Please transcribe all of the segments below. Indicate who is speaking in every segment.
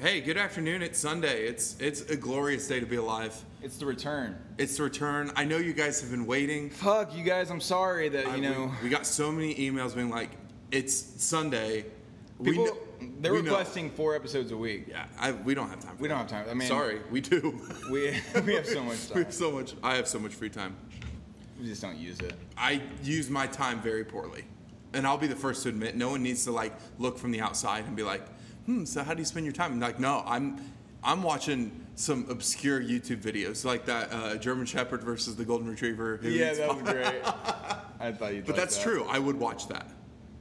Speaker 1: Hey, good afternoon. It's Sunday. It's it's a glorious day to be alive.
Speaker 2: It's the return.
Speaker 1: It's the return. I know you guys have been waiting.
Speaker 2: Fuck you guys. I'm sorry that
Speaker 1: I-
Speaker 2: you
Speaker 1: we-
Speaker 2: know
Speaker 1: we, got so many emails being like, "It's Sunday." We
Speaker 2: people.
Speaker 1: kn-
Speaker 2: they're
Speaker 1: we know.
Speaker 2: requesting four episodes a week.
Speaker 1: Yeah, I, we don't have time. For
Speaker 2: We don't
Speaker 1: that.
Speaker 2: have time. I mean-
Speaker 1: sorry, we do.
Speaker 2: We we have so much
Speaker 1: we
Speaker 2: time.
Speaker 1: have so much. I have so much free time.
Speaker 2: We just don't use it.
Speaker 1: I use my time very poorly, and I'll be the first to admit. No one needs to like look from the outside and be like, "Hmm, so how do you spend your time?" And like, no, I'm I'm watching some obscure YouTube videos like that uh, German Shepherd versus the Golden Retriever. who
Speaker 2: Yeah,
Speaker 1: eats
Speaker 2: that
Speaker 1: pop-
Speaker 2: was great. I thought you.
Speaker 1: But that's true. I would watch that.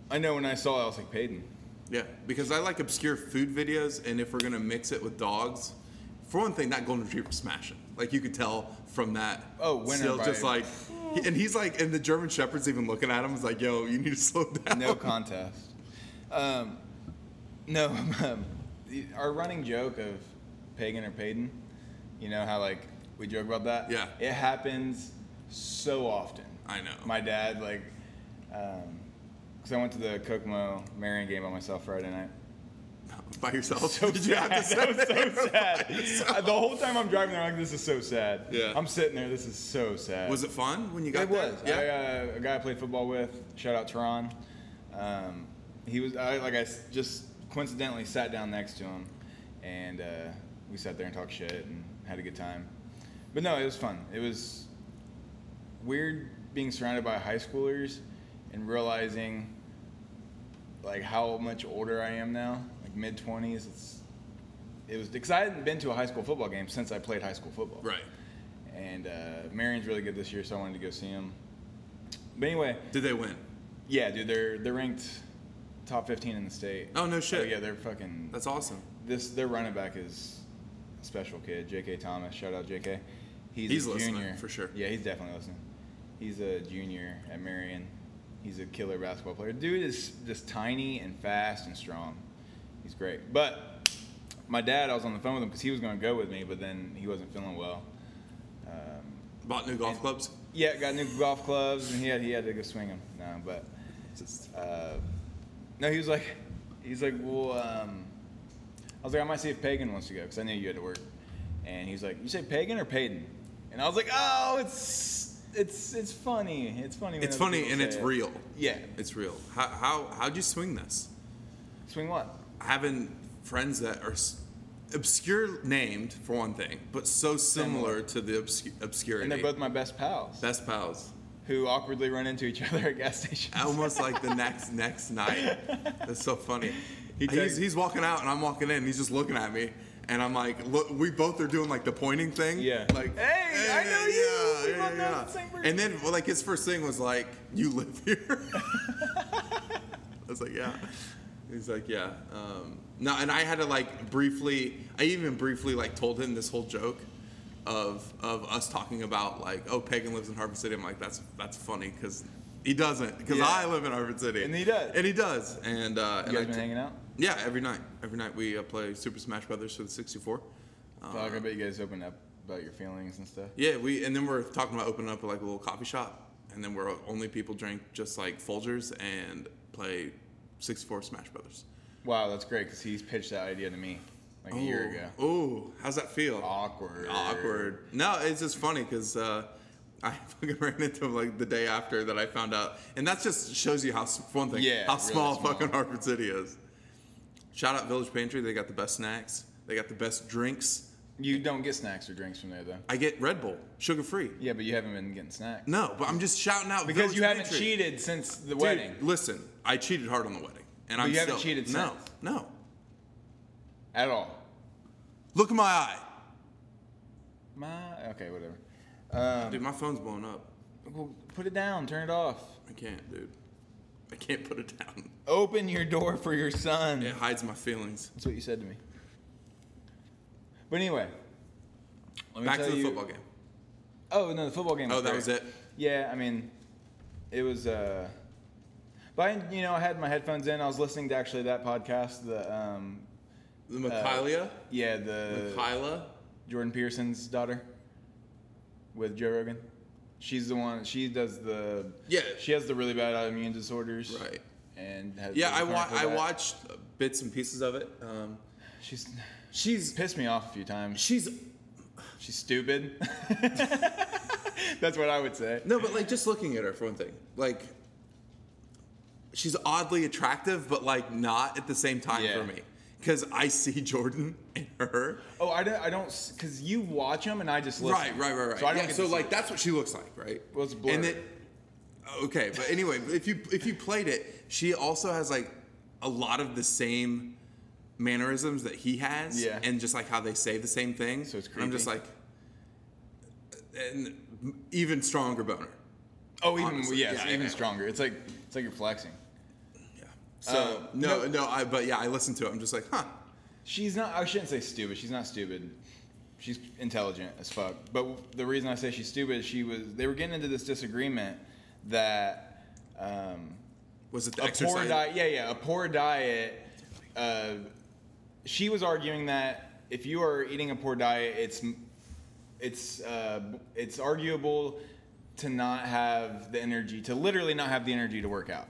Speaker 2: I know when I saw it, I was like Peyton.
Speaker 1: Yeah, because I like obscure food videos, and if we're gonna mix it with dogs, for one thing, that golden retriever smashing. Like you could tell from that.
Speaker 2: Oh, winner
Speaker 1: Still
Speaker 2: by-
Speaker 1: just like, he- and he's like, and the German Shepherd's even looking at him. Is like, yo, you need to slow down.
Speaker 2: No contest. Um, no, um, the- our running joke of pagan or Peyton. You know how like we joke about that.
Speaker 1: Yeah.
Speaker 2: It happens so often.
Speaker 1: I know.
Speaker 2: My dad like, because I went to the Kokomo Marion game by myself Friday night.
Speaker 1: by yourself.
Speaker 2: So
Speaker 1: Oh, Did you have to
Speaker 2: sad. That
Speaker 1: say
Speaker 2: was so sad.
Speaker 1: yourself?
Speaker 2: Uh, The whole time I'm driving there, I'm like, this is so sad.
Speaker 1: Yeah.
Speaker 2: I'm sitting there, this is so sad.
Speaker 1: Was it fun when you got
Speaker 2: It
Speaker 1: there?
Speaker 2: was.
Speaker 1: Yeah.
Speaker 2: I, uh, a guy I played football with. Shout out Teron. Um, he was I, like I s- just coincidentally sat down next to him, and uh, we sat there and talked shit and had a good time. But no, it was fun. It was weird being surrounded by high schoolers and realizing like how much older I am now, like mid twenties. It's it was because I hadn't been to a high school football game since I played high school football.
Speaker 1: Right.
Speaker 2: And uh, Marion's really good this year, so I wanted to go see him. But anyway,
Speaker 1: Did they win?
Speaker 2: yeah, dude, they're they're ranked top 15 in the state.
Speaker 1: Oh, no shit.
Speaker 2: yeah, they're fucking.
Speaker 1: That's awesome.
Speaker 2: this their running back is a special kid, J.K. Thomas. Shout out J.K. He's,
Speaker 1: He's
Speaker 2: a
Speaker 1: listening,
Speaker 2: junior
Speaker 1: for sure.
Speaker 2: Yeah, he's definitely listening. He's a junior at Marion. He's a killer basketball player. Dude is just tiny and fast and strong. He's great. But my dad, I was on the phone with him because he was going to go with me, but then he wasn't feeling well. Um,
Speaker 1: Bought new golf clubs.
Speaker 2: yeah, got new golf clubs, and he had he had to go swing them. No, but uh, no, he was like, he's like, well, um, I was like, I might see if Pagan wants to go because I knew you had to work, and he's like, you say Pagan or Payton, and I was like, oh, it's it's it's funny, it's funny. When
Speaker 1: It's
Speaker 2: other
Speaker 1: funny
Speaker 2: people
Speaker 1: and
Speaker 2: say
Speaker 1: it's
Speaker 2: it.
Speaker 1: real.
Speaker 2: Yeah,
Speaker 1: It's real. How how how'd you swing this?
Speaker 2: swing what?
Speaker 1: having friends that are s- obscure named for one thing, but so similar to the obscu- obscurity.
Speaker 2: And they're both my best pals,
Speaker 1: best pals.
Speaker 2: who awkwardly run into each other at gas stations.
Speaker 1: Almost like the next next night. That's so funny.
Speaker 2: He
Speaker 1: he's,
Speaker 2: text-
Speaker 1: he's walking out and I'm walking in. And he's just looking at me, and I'm like, look, we both are doing like the pointing thing.
Speaker 2: Yeah.
Speaker 1: Like,
Speaker 2: Hey, I know you. We both know the same person.
Speaker 1: And then well, like his first thing was like, you live here. I was like, yeah. He's like, yeah. Um, no, and I had to like briefly. I even briefly like told him this whole joke of of us talking about like, oh, Pagan lives in Harvard City. I'm like, that's that's funny because he doesn't because
Speaker 2: Yeah.
Speaker 1: I live in Harvard City.
Speaker 2: And he does.
Speaker 1: And he does. And uh, and
Speaker 2: you
Speaker 1: I
Speaker 2: guys been
Speaker 1: t-
Speaker 2: hanging out?
Speaker 1: yeah, every night. Every night we uh, play Super Smash Brothers for the 64. Um,
Speaker 2: Fuck, I bet you guys open up about your feelings and stuff.
Speaker 1: yeah, we and then we're talking about opening up like a little coffee shop, and then we're uh, only people drink just like Folgers and play 64 Smash Brothers.
Speaker 2: Wow, that's great because he's pitched that idea to me like a year ago.
Speaker 1: Oh, how's that feel?
Speaker 2: Awkward.
Speaker 1: Awkward. No, it's just funny because uh, I fucking ran into him like the day after that I found out, and that just shows you how s- for one thing,
Speaker 2: Yeah,
Speaker 1: how
Speaker 2: really
Speaker 1: small,
Speaker 2: small.
Speaker 1: fucking Harvard City is. Shout out Village Pantry. They got the best snacks. They got the best drinks.
Speaker 2: You don't get snacks or drinks from there though.
Speaker 1: I get Red Bull, sugar free.
Speaker 2: Yeah, but you haven't been getting snacks.
Speaker 1: No, but I'm just shouting out
Speaker 2: Because
Speaker 1: Village
Speaker 2: you haven't
Speaker 1: Pantry.
Speaker 2: cheated since the
Speaker 1: Dude,
Speaker 2: wedding.
Speaker 1: Listen, I cheated hard on the wedding, and I'm
Speaker 2: you haven't
Speaker 1: still,
Speaker 2: cheated
Speaker 1: No,
Speaker 2: since.
Speaker 1: no.
Speaker 2: At all.
Speaker 1: Look in my eye,
Speaker 2: My okay, whatever. Um,
Speaker 1: dude. My phone's blowing up.
Speaker 2: well, put it down, turn it off.
Speaker 1: I can't, dude. I can't put it down.
Speaker 2: Open your door for your son.
Speaker 1: It hides my feelings.
Speaker 2: That's what you said to me. But anyway. Let me
Speaker 1: Back
Speaker 2: tell
Speaker 1: to the
Speaker 2: you-
Speaker 1: football game.
Speaker 2: Oh no, the football game.
Speaker 1: Oh, that
Speaker 2: great.
Speaker 1: was it.
Speaker 2: Yeah, I mean, it was. Uh, but I, you know, I had my headphones in. I was listening to actually that podcast. The um,
Speaker 1: The Michaelia,
Speaker 2: yeah,
Speaker 1: uh,
Speaker 2: the
Speaker 1: Michaela.
Speaker 2: Jordan Peterson's daughter with Joe Rogan. She's the one. She does the.
Speaker 1: Yeah.
Speaker 2: She has the really bad autoimmune disorders.
Speaker 1: Right.
Speaker 2: And has
Speaker 1: Yeah, I
Speaker 2: was
Speaker 1: wa-
Speaker 2: chronic for
Speaker 1: I
Speaker 2: that.
Speaker 1: watched bits and pieces of it. Um,
Speaker 2: She's
Speaker 3: She's
Speaker 2: pissed me off a few times.
Speaker 3: she's
Speaker 2: She's stupid. That's what I would say.
Speaker 1: No, but like just looking at her for one thing, like she's oddly attractive, but like not at the same time
Speaker 2: Yeah.
Speaker 1: for me because I see Jordan and her.
Speaker 2: Oh, I don't, I don't, because you watch them and I just listen.
Speaker 1: Right, right, right, right.
Speaker 2: So I don't
Speaker 1: yeah,
Speaker 2: get
Speaker 1: so
Speaker 2: to see
Speaker 1: like
Speaker 2: it.
Speaker 1: that's what she looks like, right?
Speaker 2: Well, it's blurred.
Speaker 1: And it, okay, but anyway, if you if you played it, she also has like a lot of the same mannerisms that he has,
Speaker 2: Yeah.
Speaker 1: and just like how they say the same thing.
Speaker 2: So it's
Speaker 1: And I'm just
Speaker 2: creepy.
Speaker 1: like, and even stronger boner.
Speaker 2: Oh, even
Speaker 1: honestly,
Speaker 2: yes,
Speaker 1: yeah,
Speaker 2: even
Speaker 1: yeah.
Speaker 2: stronger. It's like it's like you're flexing.
Speaker 1: Yeah. So
Speaker 2: Uh,
Speaker 1: no, no, I but yeah, I listened to it. I'm just like, huh.
Speaker 2: She's not. I shouldn't say stupid. She's not stupid. She's intelligent as fuck. But the reason I say she's stupid is she was. They were getting into this disagreement that um,
Speaker 1: Was it the
Speaker 2: a
Speaker 1: exercise?
Speaker 2: poor diet. Yeah, yeah. A poor diet. Uh, she was arguing that if you are eating a poor diet, it's it's uh, it's arguable to not have the energy to literally not have the energy to work out.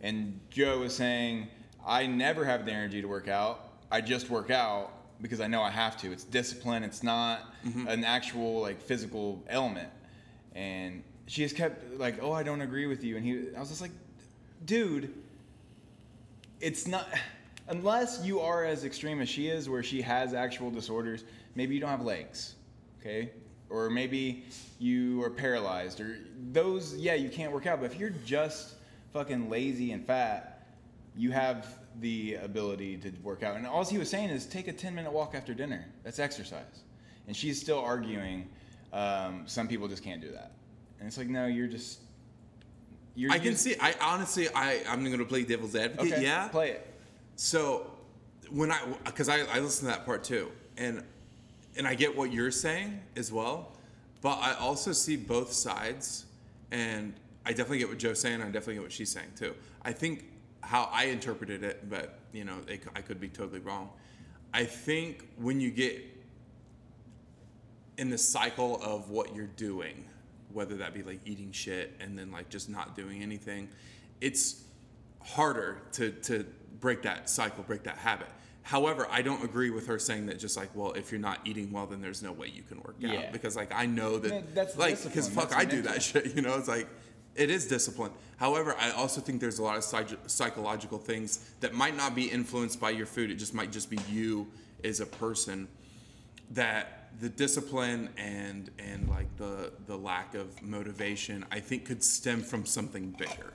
Speaker 2: And Joe was saying, I never have the energy to work out. I just work out because I know I have to. It's discipline. It's not an actual like physical element. And she just kept like, oh, I don't agree with you. And he, I was just like, dude, it's not unless you are as extreme as she is where she has actual disorders maybe you don't have legs okay or maybe you are paralyzed or those yeah you can't work out but if you're just fucking lazy and fat you have the ability to work out and all he was saying is take a 10 minute walk after dinner that's exercise and she's still arguing um, some people just can't do that and it's like no you're just you're
Speaker 1: I can
Speaker 2: just-
Speaker 1: see. I honestly, I I'm gonna play devil's advocate.
Speaker 2: okay
Speaker 1: yeah.
Speaker 2: play it
Speaker 1: So when I because I, I listened to that part too, and and I get what you're saying as well, but I also see both sides, and I definitely get what Joe's saying. and I definitely get what she's saying too. I think how I interpreted it, but you know, it, I could be totally wrong. I think when you get in the cycle of what you're doing, whether that be like eating shit and then like just not doing anything, it's harder to to break that cycle, break that habit. However, I don't agree with her saying that just like, well, if you're not eating well, then there's no way you can work
Speaker 2: Yeah.
Speaker 1: out because like I know that
Speaker 2: Yeah, that's
Speaker 1: like because
Speaker 2: discipline.
Speaker 1: fuck,
Speaker 2: That's
Speaker 1: I do
Speaker 2: mental.
Speaker 1: that shit. You know, it's like it is discipline. However, I also think there's a lot of psych- psychological things that might not be influenced by your food. It just might just be you as a person that the discipline and and like the the lack of motivation I think could stem from something bigger.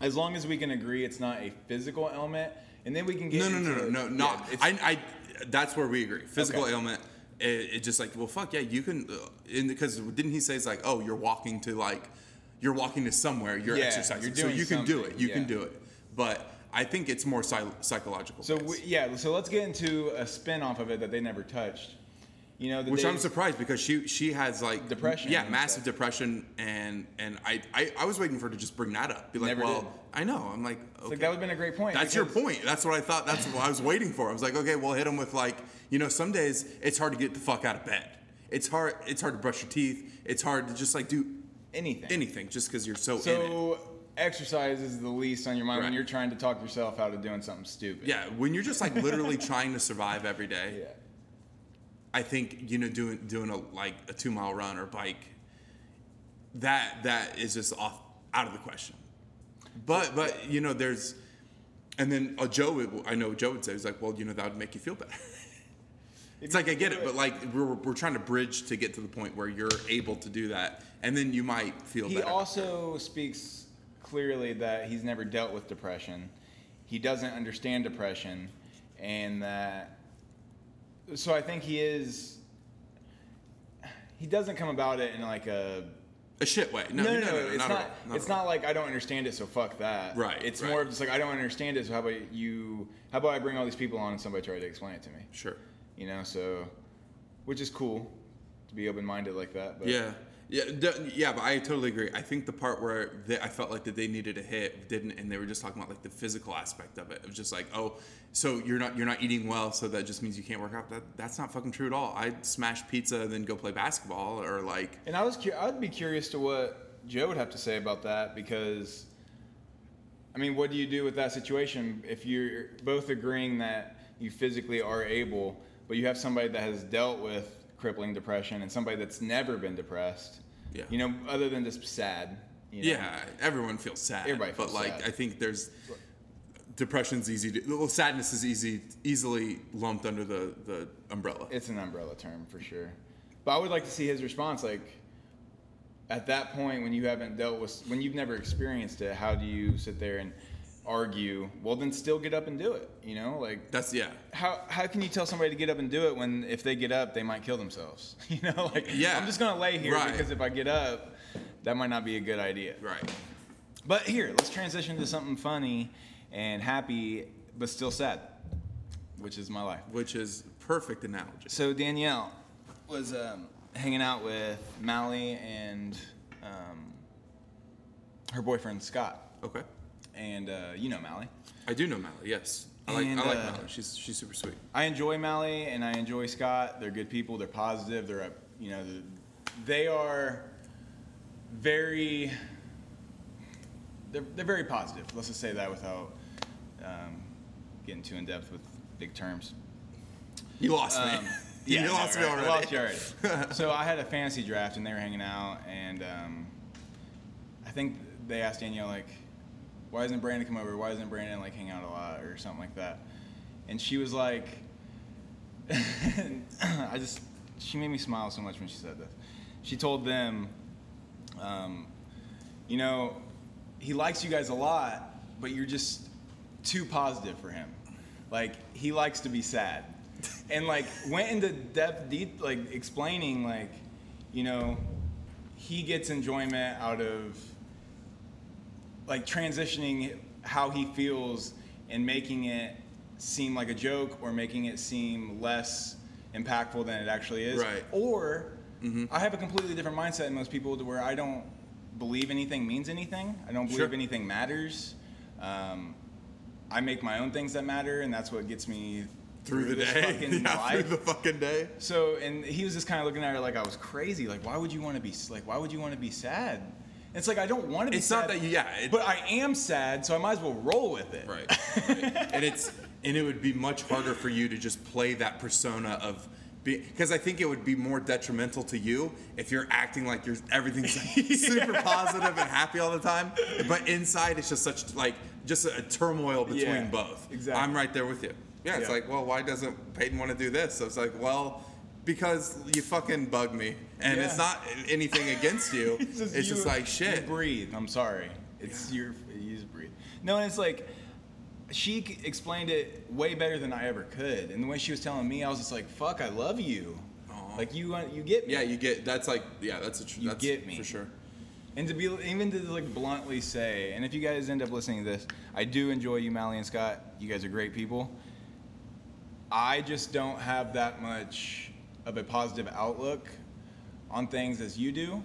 Speaker 2: As long as we can agree it's not a physical ailment, and then we can get
Speaker 1: No, no,
Speaker 2: into
Speaker 1: no, no,
Speaker 2: it.
Speaker 1: no,
Speaker 2: Yeah,
Speaker 1: not.
Speaker 2: it's-
Speaker 1: I, I, that's where we agree. Physical
Speaker 2: Okay.
Speaker 1: ailment. It, it just like well, fuck yeah, you can. Because didn't he say it's like oh, you're walking to like, you're walking to somewhere. You're
Speaker 2: Yeah,
Speaker 1: exercising.
Speaker 2: you're
Speaker 1: so
Speaker 2: doing
Speaker 1: you can do
Speaker 2: something,
Speaker 1: it. You can
Speaker 2: yeah.
Speaker 1: do it. But I think it's more psy- psychological.
Speaker 2: so
Speaker 1: based.
Speaker 2: we, yeah, so let's get into a spin off of it that they never touched. You know, that
Speaker 1: Which
Speaker 2: they-
Speaker 1: I'm surprised because she she has like
Speaker 2: Depression
Speaker 1: Yeah,
Speaker 2: and
Speaker 1: massive
Speaker 2: stuff.
Speaker 1: depression, and and I, I I was waiting for her to just bring that up. Be like,
Speaker 2: Never
Speaker 1: well,
Speaker 2: did.
Speaker 1: I know. I'm like, okay.
Speaker 2: It's like that would have been a great point.
Speaker 1: That's your
Speaker 2: because-
Speaker 1: point. That's what I thought. That's what I was waiting for. I was like, okay, we'll hit him with like, you know, some days it's hard to get the fuck out of bed. It's hard. It's hard to brush your teeth. It's hard to just like do
Speaker 2: Anything.
Speaker 1: anything just because you're so, in it.
Speaker 2: So exercise is the least on your mind when
Speaker 1: Right.
Speaker 2: you're trying to talk yourself out of doing something stupid.
Speaker 1: Yeah, when you're just like literally trying to survive every day,
Speaker 2: Yeah.
Speaker 1: I think you know doing doing a like a two mile run or bike, that that is just off out of the question. But but you know there's, and then uh, Joe would, I know Joe would say he's like well you know that would make you feel better. It's like I get it, but like we're, we're trying to bridge to get to the point where you're able to do that, and then you might feel
Speaker 2: He
Speaker 1: better.
Speaker 2: also speaks clearly that he's never dealt with depression. He doesn't understand depression, and that. So I think he is. He doesn't come about it in like a.
Speaker 1: a shit way. No,
Speaker 2: No, no, no. it's
Speaker 1: at
Speaker 2: not.
Speaker 1: all, at
Speaker 2: it's
Speaker 1: all.
Speaker 2: not like I don't understand it, so fuck that.
Speaker 1: Right,
Speaker 2: It's
Speaker 1: right.
Speaker 2: more of just like I don't understand it, so how about you? How about I bring all these people on and somebody try to explain it to me?
Speaker 1: Sure.
Speaker 2: You know, so, which is cool, to be open-minded like that. But
Speaker 1: Yeah. Yeah, d- yeah, but I totally agree. I think the part where they, I felt like that they needed a hit didn't, and they were just talking about like the physical aspect of it. It was just like, oh, so you're not you're not eating well, so that just means you can't work out. That that's not fucking true at all. I smash pizza and then go play basketball, or like,
Speaker 2: And I was cu- I'd be curious to what Joe would have to say about that because I mean, what do you do with that situation if you're both agreeing that you physically are able, but you have somebody that has dealt with crippling depression and somebody that's never been depressed.
Speaker 1: Yeah.
Speaker 2: You know, other than just sad. You know?
Speaker 1: Yeah, everyone feels sad.
Speaker 2: Everybody
Speaker 1: but
Speaker 2: feels
Speaker 1: like
Speaker 2: sad.
Speaker 1: I think there's depression's easy to well, sadness is easy easily lumped under the the umbrella.
Speaker 2: It's an umbrella term for sure. But I would like to see his response. Like, at that point, when you haven't dealt with, when you've never experienced it, how do you sit there and argue? Well, then still get up and do it. You know, like,
Speaker 1: That's yeah.
Speaker 2: how, how can you tell somebody to get up and do it when if they get up, they might kill themselves? You know, like,
Speaker 1: Yeah.
Speaker 2: I'm just going to lay here
Speaker 1: Right.
Speaker 2: because if I get up, that might not be a good idea.
Speaker 1: Right.
Speaker 2: But here, let's transition to something funny and happy, but still sad, which is my life.
Speaker 1: Which is perfect analogy.
Speaker 2: So Danielle was um, hanging out with Mally and um, her boyfriend Scott,
Speaker 1: Okay.
Speaker 2: and uh, you know Mally.
Speaker 1: I do know Mallory, yes. I like
Speaker 2: And,
Speaker 1: I like
Speaker 2: uh,
Speaker 1: Mallory. She's she's super sweet.
Speaker 2: I enjoy Mally and I enjoy Scott. They're good people. They're positive. They're up. You know, the- they are very. They're, they're very positive. Let's just say that without um, getting too in depth with big terms.
Speaker 1: You lost
Speaker 2: Um,
Speaker 1: me.
Speaker 2: yeah, I
Speaker 1: you
Speaker 2: know,
Speaker 1: lost me
Speaker 2: right?
Speaker 1: already.
Speaker 2: I lost you already. so I had a fantasy draft, and they were hanging out, and um, I think they asked Danielle like, "Why doesn't Brandon come over? Why doesn't Brandon like hang out a lot or something like that?" And she was like, "I just." She made me smile so much when she said this. She told them, um, "You know, he likes you guys a lot, but you're just too positive for him. Like he likes to be sad." And like went into depth, deep, like explaining, like, you know, he gets enjoyment out of like transitioning how he feels and making it seem like a joke or making it seem less impactful than it actually is.
Speaker 1: Right.
Speaker 2: Or
Speaker 1: Mm-hmm.
Speaker 2: I have a completely different mindset than most people to where I don't believe anything means anything. I don't believe
Speaker 1: Sure.
Speaker 2: anything matters. Um, I make my own things that matter, and that's what gets me
Speaker 1: Through the
Speaker 2: this
Speaker 1: day.
Speaker 2: fucking
Speaker 1: Yeah,
Speaker 2: life.
Speaker 1: through the fucking day.
Speaker 2: So, and he was just kind of looking at her like I was crazy. Like, why would you want to be s- like, why would you want to be sad? It's like I don't want to be.
Speaker 1: It's
Speaker 2: sad,
Speaker 1: not that you yeah, it,
Speaker 2: but I am sad, so I might as well roll with it.
Speaker 1: Right. right. and it's and it would be much harder for you to just play that persona of because I think it would be more detrimental to you if you're acting like you're everything's super positive and happy all the time, but inside it's just such like just a, turmoil between
Speaker 2: Yeah,
Speaker 1: both.
Speaker 2: exactly.
Speaker 1: I'm right there with you. Yeah, it's
Speaker 2: Yeah.
Speaker 1: like, well, why doesn't Peyton want to do this? So it's like, well, because you fucking bug me, and it's
Speaker 2: Yeah.
Speaker 1: not anything against you. it's just,
Speaker 2: you-
Speaker 1: like shit.
Speaker 2: You breathe. I'm sorry. It's your you just breathe. No, and it's like she c- explained it way better than I ever could, and the way she was telling me, I was just like, "Fuck, I love you."
Speaker 1: Aw.
Speaker 2: Like you, uh, you get me.
Speaker 1: yeah, you get that's like yeah, that's a tr-
Speaker 2: You
Speaker 1: that's
Speaker 2: get me.
Speaker 1: for sure.
Speaker 2: And to be even to like bluntly say, and if you guys end up listening to this, I do enjoy you, Mally and Scott. You guys are great people. I just don't have that much of a positive outlook on things as you do,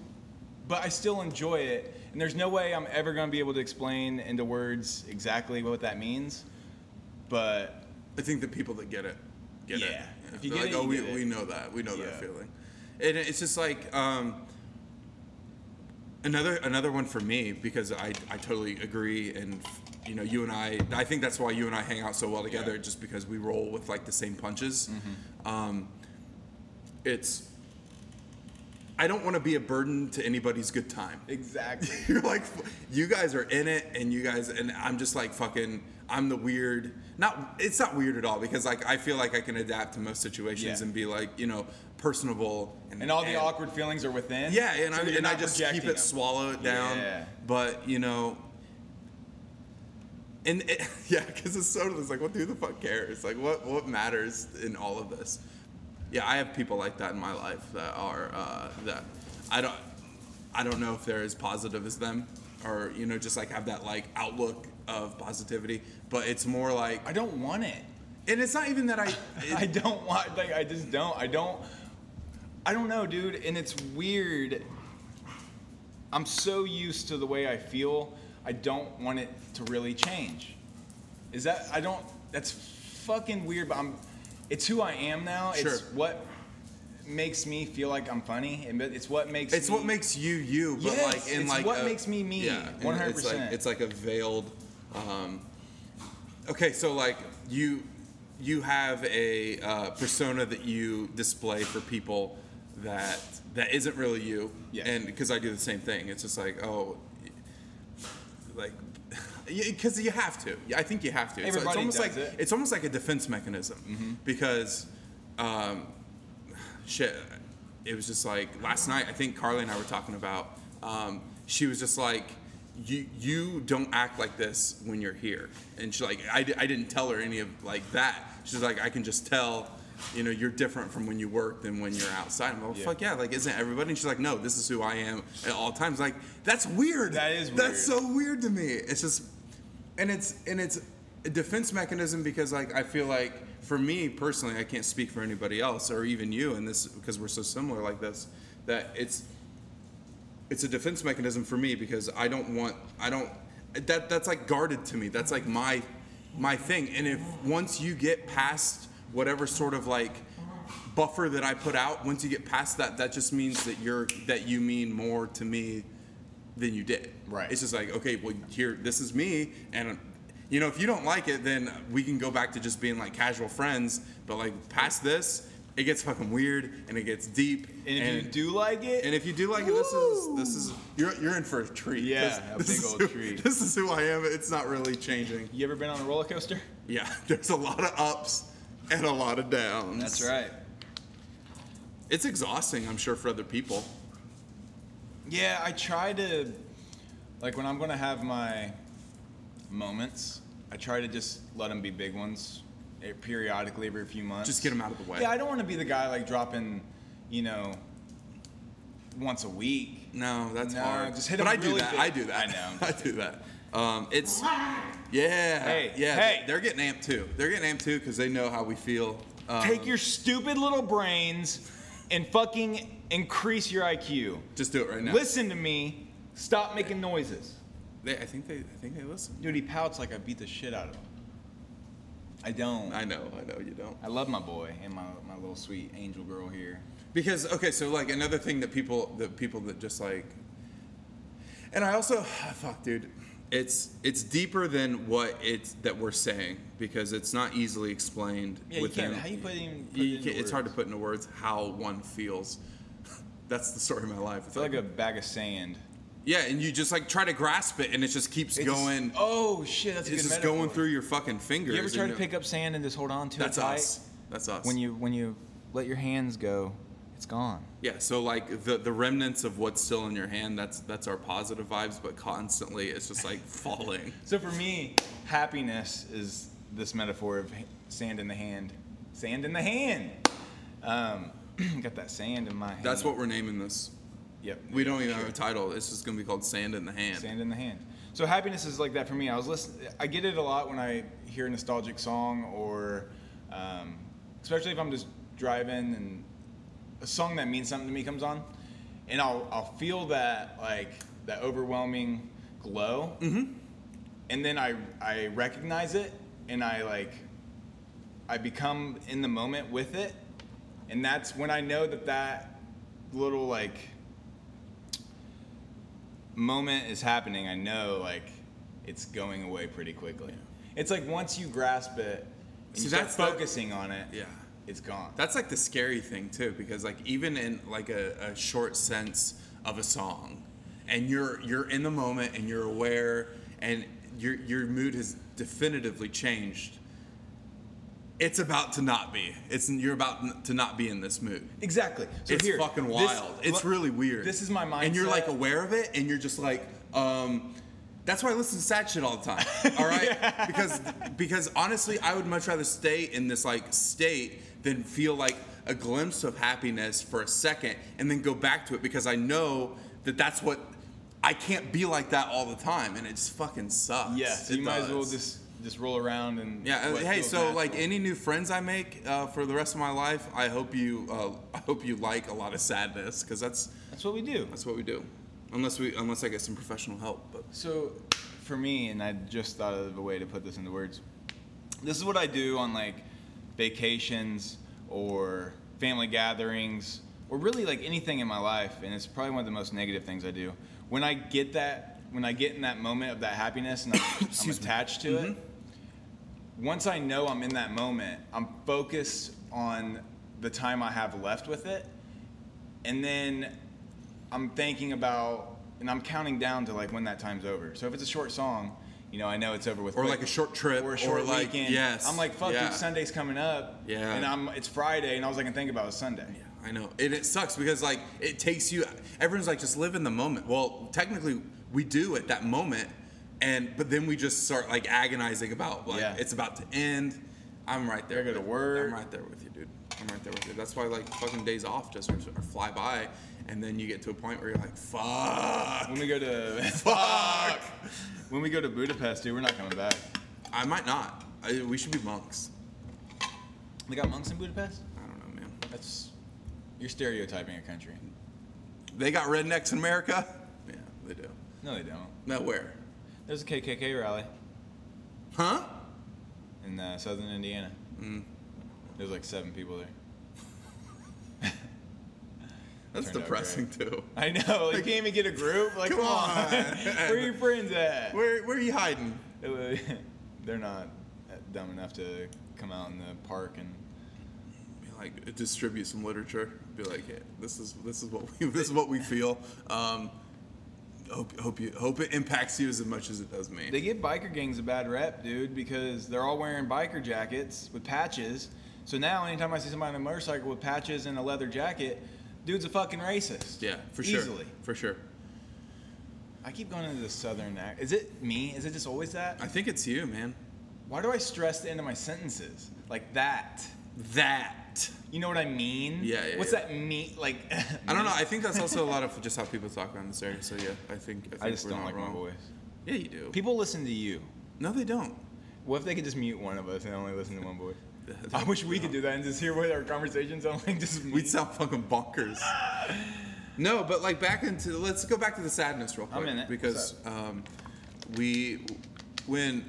Speaker 2: but I still enjoy it. And there's no way I'm ever going to be able to explain into words exactly what that means. But
Speaker 1: I think the people that get it get it.
Speaker 2: Yeah. If you
Speaker 1: They're
Speaker 2: get
Speaker 1: like,
Speaker 2: it,
Speaker 1: oh,
Speaker 2: you
Speaker 1: we,
Speaker 2: get it."
Speaker 1: we know that. We know that
Speaker 2: Yeah.
Speaker 1: feeling. And it's just like um, another another one for me because I, I totally agree and you know you and I I think that's why you and I hang out so well together
Speaker 2: Yeah. Mm-hmm.
Speaker 1: just because we roll with like the same punches. Um, it's I don't want to be a burden to anybody's good time.
Speaker 2: exactly.
Speaker 1: You're like, you guys are in it, and you guys, and I'm just like fucking. I'm the weird. Not it's not weird at all because like I feel like I can adapt to most situations
Speaker 2: Yeah.
Speaker 1: and be like you know personable and,
Speaker 2: and all the awkward feelings are within.
Speaker 1: Yeah, and
Speaker 2: so
Speaker 1: I
Speaker 2: you're
Speaker 1: and I
Speaker 2: not
Speaker 1: just keep
Speaker 2: projecting
Speaker 1: it
Speaker 2: them.
Speaker 1: swallow it down.
Speaker 2: Yeah.
Speaker 1: But you know. And it, yeah, because it's so it's like, what who the fuck cares? Like, what what matters in all of this? Yeah, I have people like that in my life that are uh, that I don't I don't know if they're as positive as them or you know just like have that like outlook of positivity, but it's more like
Speaker 2: I don't want it.
Speaker 1: and it's not even that I
Speaker 2: I don't want like I just don't I don't I don't know, dude, and it's weird. I'm so used to the way I feel. I don't want it to really change. Is that I don't that's fucking weird, but I'm it's who I am now. It's
Speaker 1: Sure.
Speaker 2: what makes me feel like I'm funny and it's what makes
Speaker 1: It's what
Speaker 2: me-
Speaker 1: makes you you, but
Speaker 2: Yes,
Speaker 1: like in
Speaker 2: it's
Speaker 1: like
Speaker 2: what makes me me,
Speaker 1: Yeah, and
Speaker 2: 100%.
Speaker 1: It's like, it's like a veiled. Um, okay, so like you, you have a uh, persona that you display for people that that isn't really you.
Speaker 2: Yes.
Speaker 1: And because I do the same thing, it's just like oh, y- like because you have to. I think you have to. It's, it's
Speaker 2: Everybody
Speaker 1: almost
Speaker 2: does
Speaker 1: like
Speaker 2: it. Mm-hmm.
Speaker 1: it's almost like a defense mechanism because um, shit. It was just like last night. I think Carly and I were talking about. Um, she was just like, "You you don't act like this when you're here," and she like I, di- I didn't tell her any of like that. She's like, "I can just tell." You know, you're different from when you work than when you're outside. I'm like,
Speaker 2: Yeah.
Speaker 1: fuck yeah, like, isn't everybody? And she's like, no, this is who I am at all times. Like, that's weird.
Speaker 2: That is
Speaker 1: That's
Speaker 2: weird.
Speaker 1: so weird to me. It's just, and it's and it's a defense mechanism because like I feel like for me personally, I can't speak for anybody else or even you in this because we're so similar like this that it's it's a defense mechanism for me because I don't want I don't that that's like guarded to me. That's like my my thing. And if once you get past whatever sort of like buffer that I put out, once you get past that, that just means that you're that you mean more to me than you did.
Speaker 2: Right.
Speaker 1: It's just like okay, well here this is me, and you know if you don't like it, then we can go back to just being like casual friends. But like past this, it gets fucking weird and it gets deep.
Speaker 2: And if you do like it,
Speaker 1: And if you do like it, this is this is you're you're in for a treat.
Speaker 2: Yeah,
Speaker 1: This-
Speaker 2: a
Speaker 1: this
Speaker 2: big
Speaker 1: is
Speaker 2: old
Speaker 1: who-
Speaker 2: treat.
Speaker 1: This is who I am. It's not really changing.
Speaker 2: you ever been on a roller coaster?
Speaker 1: Yeah, there's a lot of ups and a lot of downs.
Speaker 2: That's right.
Speaker 1: It's exhausting, I'm sure, for other people.
Speaker 2: Yeah, I try to, like, when I'm gonna have my moments, I try to just let them be big ones eh, periodically every few months.
Speaker 1: Just get them out of the way.
Speaker 2: Yeah, I don't want to be the guy like dropping, you know, once a week.
Speaker 1: No, that's
Speaker 2: No,
Speaker 1: hard.
Speaker 2: just hit
Speaker 1: but
Speaker 2: 'em
Speaker 1: I do
Speaker 2: really
Speaker 1: that.
Speaker 2: big.
Speaker 1: I do that.
Speaker 2: I know.
Speaker 1: I do that. Um, it's yeah,
Speaker 2: Hey,
Speaker 1: yeah.
Speaker 2: hey.
Speaker 1: They're getting amped too. They're getting amped too because they know how we feel. Um,
Speaker 2: Take your stupid little brains and fucking increase your IQ.
Speaker 1: Just do it right now.
Speaker 2: Listen to me. Stop making noises.
Speaker 1: They, I think they. I think they listen.
Speaker 2: Dude, he pouts like I beat the shit out of him. I don't.
Speaker 1: I know. I know you don't.
Speaker 2: I love my boy and my, my little sweet angel girl here.
Speaker 1: because okay so like another thing that people that people that just like and i also fuck dude it's it's deeper than what it's that we're saying because it's not easily explained
Speaker 2: Yeah, you
Speaker 1: within,
Speaker 2: can't- how you put it in- put
Speaker 1: you
Speaker 2: it into
Speaker 1: can't- it's hard to
Speaker 2: words?
Speaker 1: put into words how one feels that's the story of my life
Speaker 2: I
Speaker 1: it's
Speaker 2: feel
Speaker 1: like,
Speaker 2: like a bag of sand.
Speaker 1: yeah and you just like try to grasp it and it just keeps
Speaker 2: It just-
Speaker 1: going
Speaker 2: oh shit, that's a
Speaker 1: it's
Speaker 2: good
Speaker 1: just
Speaker 2: metaphor.
Speaker 1: going through your fucking fingers
Speaker 2: You ever try
Speaker 1: and
Speaker 2: to pick up sand and just hold on to
Speaker 1: that's
Speaker 2: it? tight?
Speaker 1: us that's us
Speaker 2: When you when you let your hands go, it's gone.
Speaker 1: Yeah, so like the the remnants of what's still in your hand, that's that's our positive vibes, but constantly it's just like falling.
Speaker 2: So for me, happiness is this metaphor of h- sand in the hand. Sand in the hand. Um, got that sand in my hand.
Speaker 1: That's what we're naming this.
Speaker 2: Yep.
Speaker 1: We don't even have a title. It's just gonna be called Sand in the Hand.
Speaker 2: Sand in the hand. So happiness is like that for me. I was listening. I get it a lot when I hear a nostalgic song, or um, especially if I'm just driving and a song that means something to me comes on, and I'll I'll feel that like that overwhelming glow, and then I I recognize it, and I like I become in the moment with it, and that's when I know that that little like moment is happening, I know like it's going away pretty quickly. It's like once you grasp it and
Speaker 1: See,
Speaker 2: you start
Speaker 1: that's the-
Speaker 2: focusing on it,
Speaker 1: Yeah.
Speaker 2: it's gone.
Speaker 1: That's like the scary thing too, because like even in like a, a short sense of a song, and you're you're in the moment and you're aware and your your mood has definitively changed. It's about to not be. It's you're about n- to not be in this mood.
Speaker 2: exactly. So
Speaker 1: it's
Speaker 2: here,
Speaker 1: fucking
Speaker 2: this-
Speaker 1: wild. it's
Speaker 2: le-
Speaker 1: really weird.
Speaker 2: This is my mindset.
Speaker 1: And you're like aware of it, and you're just like, um, that's why I listen to sad shit all the time. All right, because because honestly, I would much rather stay in this like state than feel like a glimpse of happiness for a second and then go back to it because I know that that's what I can't be like that all the time, and it just fucking sucks.
Speaker 2: Yeah. So
Speaker 1: It
Speaker 2: you might as well
Speaker 1: does.
Speaker 2: just just roll around and
Speaker 1: Yeah. uh,
Speaker 2: what
Speaker 1: hey.
Speaker 2: feels
Speaker 1: So, like,
Speaker 2: natural.
Speaker 1: any new friends I make uh, for the rest of my life, I hope you, uh, I hope you like a lot of sadness, because that's
Speaker 2: that's what we do.
Speaker 1: that's what we do. Unless we, unless I get some professional help. But
Speaker 2: So, for me, and I just thought of a way to put this into words. This is what I do on like vacations or family gatherings or really like anything in my life, and it's probably one of the most negative things I do. When I get that, when I get in that moment of that happiness and I'm, I'm
Speaker 1: Excuse me.
Speaker 2: attached to it, once I know I'm in that moment, I'm focused on the time I have left with it, and then I'm thinking about and I'm counting down to like when that time's over. So if it's a short song, you know I know it's over with.
Speaker 1: Or
Speaker 2: quick.
Speaker 1: like a short trip,
Speaker 2: or a short
Speaker 1: or like-
Speaker 2: weekend.
Speaker 1: yes,
Speaker 2: I'm like fuck,
Speaker 1: yeah.
Speaker 2: dude, Sunday's coming up.
Speaker 1: Yeah.
Speaker 2: and I'm it's Friday, and all I can think about is Sunday.
Speaker 1: I know. And it sucks because like it takes you everyone's like just live in the moment. Well, technically we do at that moment and but then we just start like agonizing about like
Speaker 2: Yeah.
Speaker 1: it's about to end. I'm right there.
Speaker 2: Gotta go to
Speaker 1: with-
Speaker 2: work.
Speaker 1: I'm right there with you, dude. I'm right there with you. That's why like fucking days off just are- fly by and then you get to a point where you're like, fuck.
Speaker 2: When we go to
Speaker 1: Fuck.
Speaker 2: when we go to Budapest, dude, we're not coming back.
Speaker 1: I might not. I, we should be monks.
Speaker 2: They got monks in Budapest.
Speaker 1: I don't know, man.
Speaker 2: That's you're stereotyping a country.
Speaker 1: They got rednecks in America? Yeah, they do.
Speaker 2: No, they don't.
Speaker 1: Now where?
Speaker 2: There's a KKK rally
Speaker 1: Huh?
Speaker 2: in uh, southern Indiana.
Speaker 1: Mm.
Speaker 2: There's like seven people there.
Speaker 1: That's
Speaker 2: Turned out
Speaker 1: depressing too.
Speaker 2: I know. Like, you
Speaker 1: Like-
Speaker 2: can't even get a group. Like,
Speaker 1: Come
Speaker 2: come on.
Speaker 1: on.
Speaker 2: Where are your friends at?
Speaker 1: Where where are you hiding?
Speaker 2: It was- They're not dumb enough to come out in the park and.
Speaker 1: Be like distribute some literature. Be like, hey, this is this is what we this is what we feel. Um, hope hope you hope it impacts you as much as it does me.
Speaker 2: They give biker gangs a bad rep, dude, because they're all wearing biker jackets with patches. So now, anytime I see somebody on a motorcycle with patches and a leather jacket, dude's a fucking racist.
Speaker 1: yeah, for sure.
Speaker 2: Easily.
Speaker 1: For sure.
Speaker 2: I keep going into the southern act. Is it me? Is it just always that?
Speaker 1: I think it's you, man.
Speaker 2: Why do I stress the end of my sentences like that?
Speaker 1: That.
Speaker 2: You know what I mean?
Speaker 1: Yeah, yeah,
Speaker 2: What's
Speaker 1: yeah.
Speaker 2: that mean? Like,
Speaker 1: I don't know. I think that's also a lot of just how people talk around this area. So yeah, I think I, think
Speaker 2: I just
Speaker 1: we're
Speaker 2: don't
Speaker 1: not
Speaker 2: like
Speaker 1: wrong.
Speaker 2: my voice.
Speaker 1: Yeah, you do.
Speaker 2: People listen to you.
Speaker 1: no, they don't.
Speaker 2: What if they could just mute one of us and only listen to one voice? I wish we could do that and just hear what our conversations sound like. Just me.
Speaker 1: We'd sound fucking bonkers. no, but like back into let's go back to the sadness real quick
Speaker 2: I'm in it.
Speaker 1: because um, we when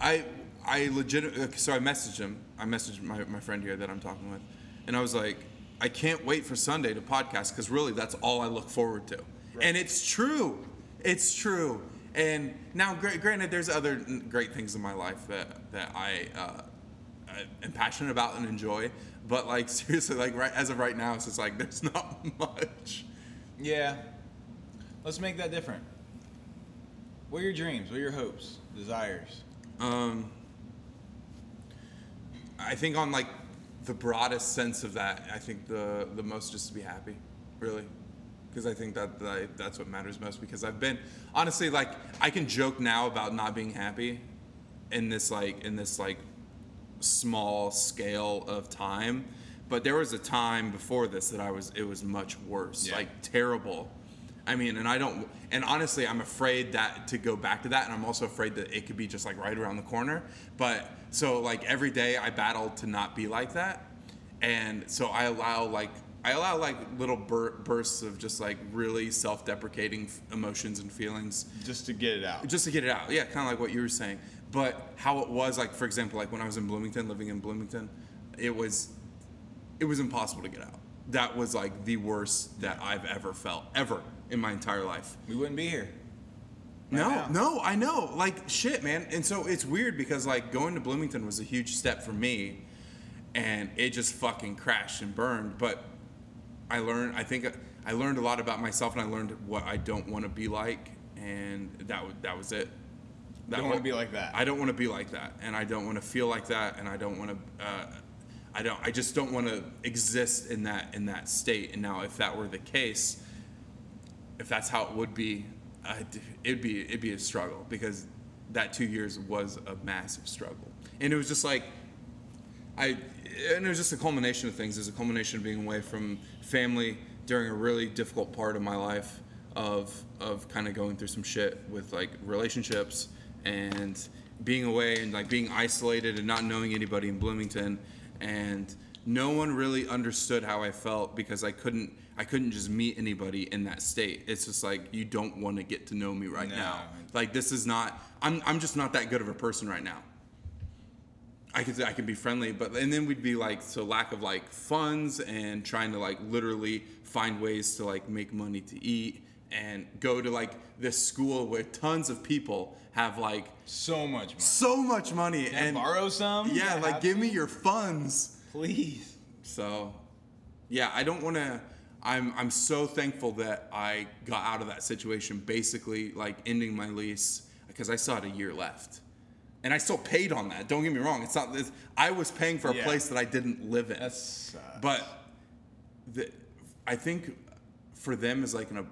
Speaker 1: I I legit so I messaged him. I messaged my, my friend here that I'm talking with, and I was like, I can't wait for Sunday to podcast because really that's all I look forward to, and it's true, it's true. And now, gra- granted, there's other n- great things in my life that that I. Uh, I am passionate about and enjoy. But like seriously, like right as of right now, it's just like there's not much.
Speaker 2: Yeah. Let's make that different. What are your dreams? What are your hopes? Desires?
Speaker 1: Um, I think on like the broadest sense of that, I think the the most just to be happy, really, because I think that, that I, that's what matters most. Because I've been honestly like I can joke now about not being happy in this like in this like small scale of time, but there was a time before this that I was it was much worse,
Speaker 2: Yeah.
Speaker 1: like terrible. I mean, and I don't, and honestly, I'm afraid that to go back to that, and I'm also afraid that it could be just like right around the corner. But so, like every day, I battle to not be like that, and so I allow like I allow like little bur- bursts of just like really self-deprecating f- emotions and feelings
Speaker 2: Just to get it out.
Speaker 1: just to get it out. Yeah, kind of like what you were saying. But how it was like, for example, like when I was in Bloomington, living in Bloomington, it was, it was impossible to get out. That was like the worst that I've ever felt ever in my entire life.
Speaker 2: We wouldn't be here.
Speaker 1: No,
Speaker 2: now.
Speaker 1: no, I know. Like shit, man. And so it's weird because like going to Bloomington was a huge step for me, and it just fucking crashed and burned. But I learned. I think I learned a lot about myself, and I learned what I don't want to be like, and that wa- that was it. That
Speaker 2: Don't wanna
Speaker 1: wa-
Speaker 2: be like that.
Speaker 1: I don't want to be like that, and I don't want to feel like that, and I don't want to. Uh, I don't. I just don't want to exist in that in that state. And now, if that were the case, if that's how it would be, i it'd be it'd be a struggle because that two years was a massive struggle, and it was just like I and it was just a culmination of things. It was a culmination of being away from family during a really difficult part of my life of of kind of going through some shit with like relationships and being away and like being isolated and not knowing anybody in Bloomington and no one really understood how I felt because I couldn't I couldn't just meet anybody in that state. It's just like you don't want to get to know me right
Speaker 2: No.
Speaker 1: now. Like this is not I'm I'm just not that good of a person right now. I could I could be friendly, but and then we'd be like so lack of like funds and trying to like literally find ways to like make money to eat and go to like this school where tons of people have like
Speaker 2: So much money.
Speaker 1: so much money
Speaker 2: Can I
Speaker 1: and
Speaker 2: borrow some?
Speaker 1: yeah,
Speaker 2: I
Speaker 1: like
Speaker 2: have
Speaker 1: give me
Speaker 2: to?
Speaker 1: your funds.
Speaker 2: please.
Speaker 1: So yeah, I don't want to. I'm I'm so thankful that I got out of that situation, basically like ending my lease because I still had a year left, and I still paid on that. Don't get me wrong. It's not. It's, I was paying for a
Speaker 2: Yeah.
Speaker 1: place that I didn't live in.
Speaker 2: That's uh,
Speaker 1: But the, I think for them is like an ap-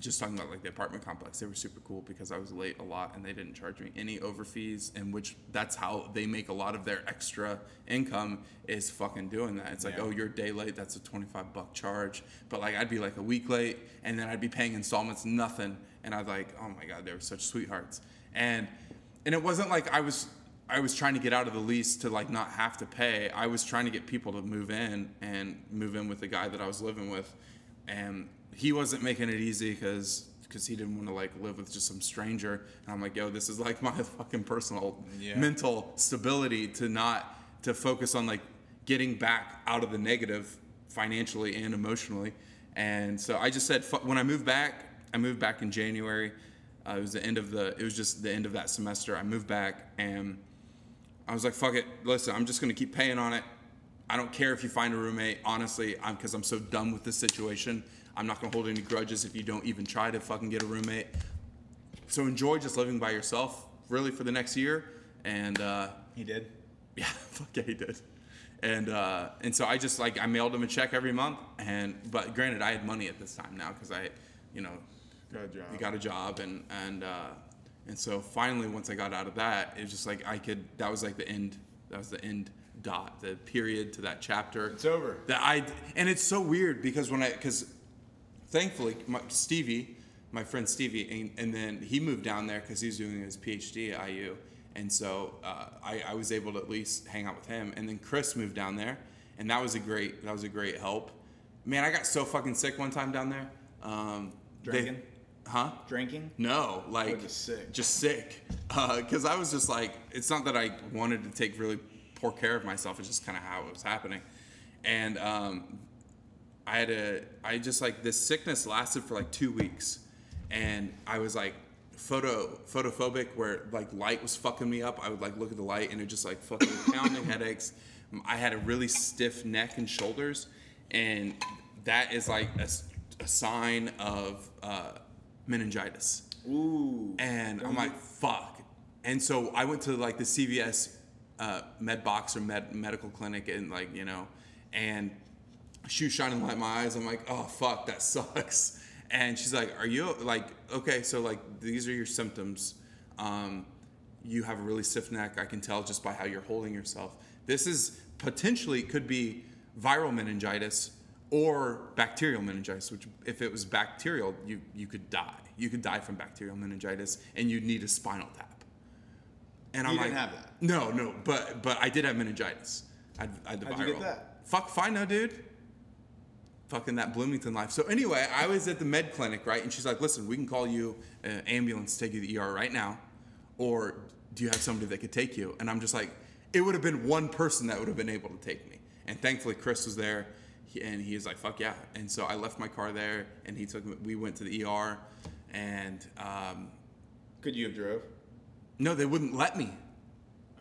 Speaker 1: just talking about like the apartment complex. They were super cool because I was late a lot and they didn't charge me any over fees. And which that's how they make a lot of their extra income is fucking doing that. It's like
Speaker 2: Yeah.
Speaker 1: oh you're a day late, that's a twenty five buck charge. But like I'd be like a week late and then I'd be paying installments nothing. And I'd like oh my god they were such sweethearts. And and it wasn't like I was I was trying to get out of the lease to like not have to pay. I was trying to get people to move in and move in with the guy that I was living with, and he wasn't making it easy because he didn't want to like live with just some stranger. And I'm like, yo, this is like my fucking personal
Speaker 2: Yeah.
Speaker 1: mental stability to not to focus on like getting back out of the negative financially and emotionally. And so I just said, fu- when I moved back, I moved back in January. Uh, it was the end of the. It was just the end of that semester. I moved back and. I was like, fuck it. Listen, I'm just gonna keep paying on it. I don't care if you find a roommate. Honestly, I'm because I'm so done with this situation. I'm not gonna hold any grudges if you don't even try to fucking get a roommate. So enjoy just living by yourself, really, for the next year. And uh,
Speaker 2: he did.
Speaker 1: yeah, fuck yeah, he did. And uh, and so I just like I mailed him a check every month. And but granted, I had money at this time now because I, you know,
Speaker 2: Good job.
Speaker 1: I got a job and and uh, and so finally once I got out of that, it was just like I could. That was like the end. That was the end dot, the period to that chapter.
Speaker 2: It's over.
Speaker 1: That I and it's so weird because when I because thankfully my, Stevie, my friend Stevie, and, and then he moved down there because he was doing his PhD at IU, and so uh, I, I was able to at least hang out with him. And then Chris moved down there, and that was a great that was a great help. Man, I got so fucking sick one time down there. Um, they-
Speaker 2: Drinking?
Speaker 1: huh?
Speaker 2: Drinking.
Speaker 1: No, like
Speaker 2: just sick.
Speaker 1: Just sick. Because I was just like, it's not that I wanted to take really poor care of myself. It's just kind of how it was happening, and um, I had a, I just like this sickness lasted for like two weeks, and I was like photo photophobic where like light was fucking me up. I would like look at the light and it just like fucking pounding headaches. I had a really stiff neck and shoulders, and that is like a, s- a sign of uh, meningitis.
Speaker 2: Ooh.
Speaker 1: And I'm
Speaker 2: Don't
Speaker 1: like, fuck. And so I went to like the CVS uh, med box or med- medical clinic and like, you know, and shoe shining light in my eyes. I'm like, oh, fuck, that sucks. And she's like, are you like, okay, so like these are your symptoms. Um, you have a really stiff neck. I can tell just by how you're holding yourself. This is potentially could be viral meningitis or bacterial meningitis. Which, if it was bacterial, you you could die. You could die from bacterial meningitis, and you'd need a spinal tap. And I'm
Speaker 2: You
Speaker 1: like,
Speaker 2: didn't have that.
Speaker 1: no, no, but but I did have meningitis. I, I had the
Speaker 2: How'd
Speaker 1: viral.
Speaker 2: you get that?
Speaker 1: Fuck, fine, no, dude fucking that Bloomington life. So anyway, I was at the med clinic, right? And she's like, "Listen, we can call you an ambulance to take you to the ER right now, or do you have somebody that could take you?" And I'm just like, "It would have been one person that would have been able to take me." And thankfully, Chris was there, he- and he was like, "Fuck yeah!" And so I left my car there, and he took. me We went to the ER, and um,
Speaker 2: Could you have drove?
Speaker 1: no, they wouldn't let me.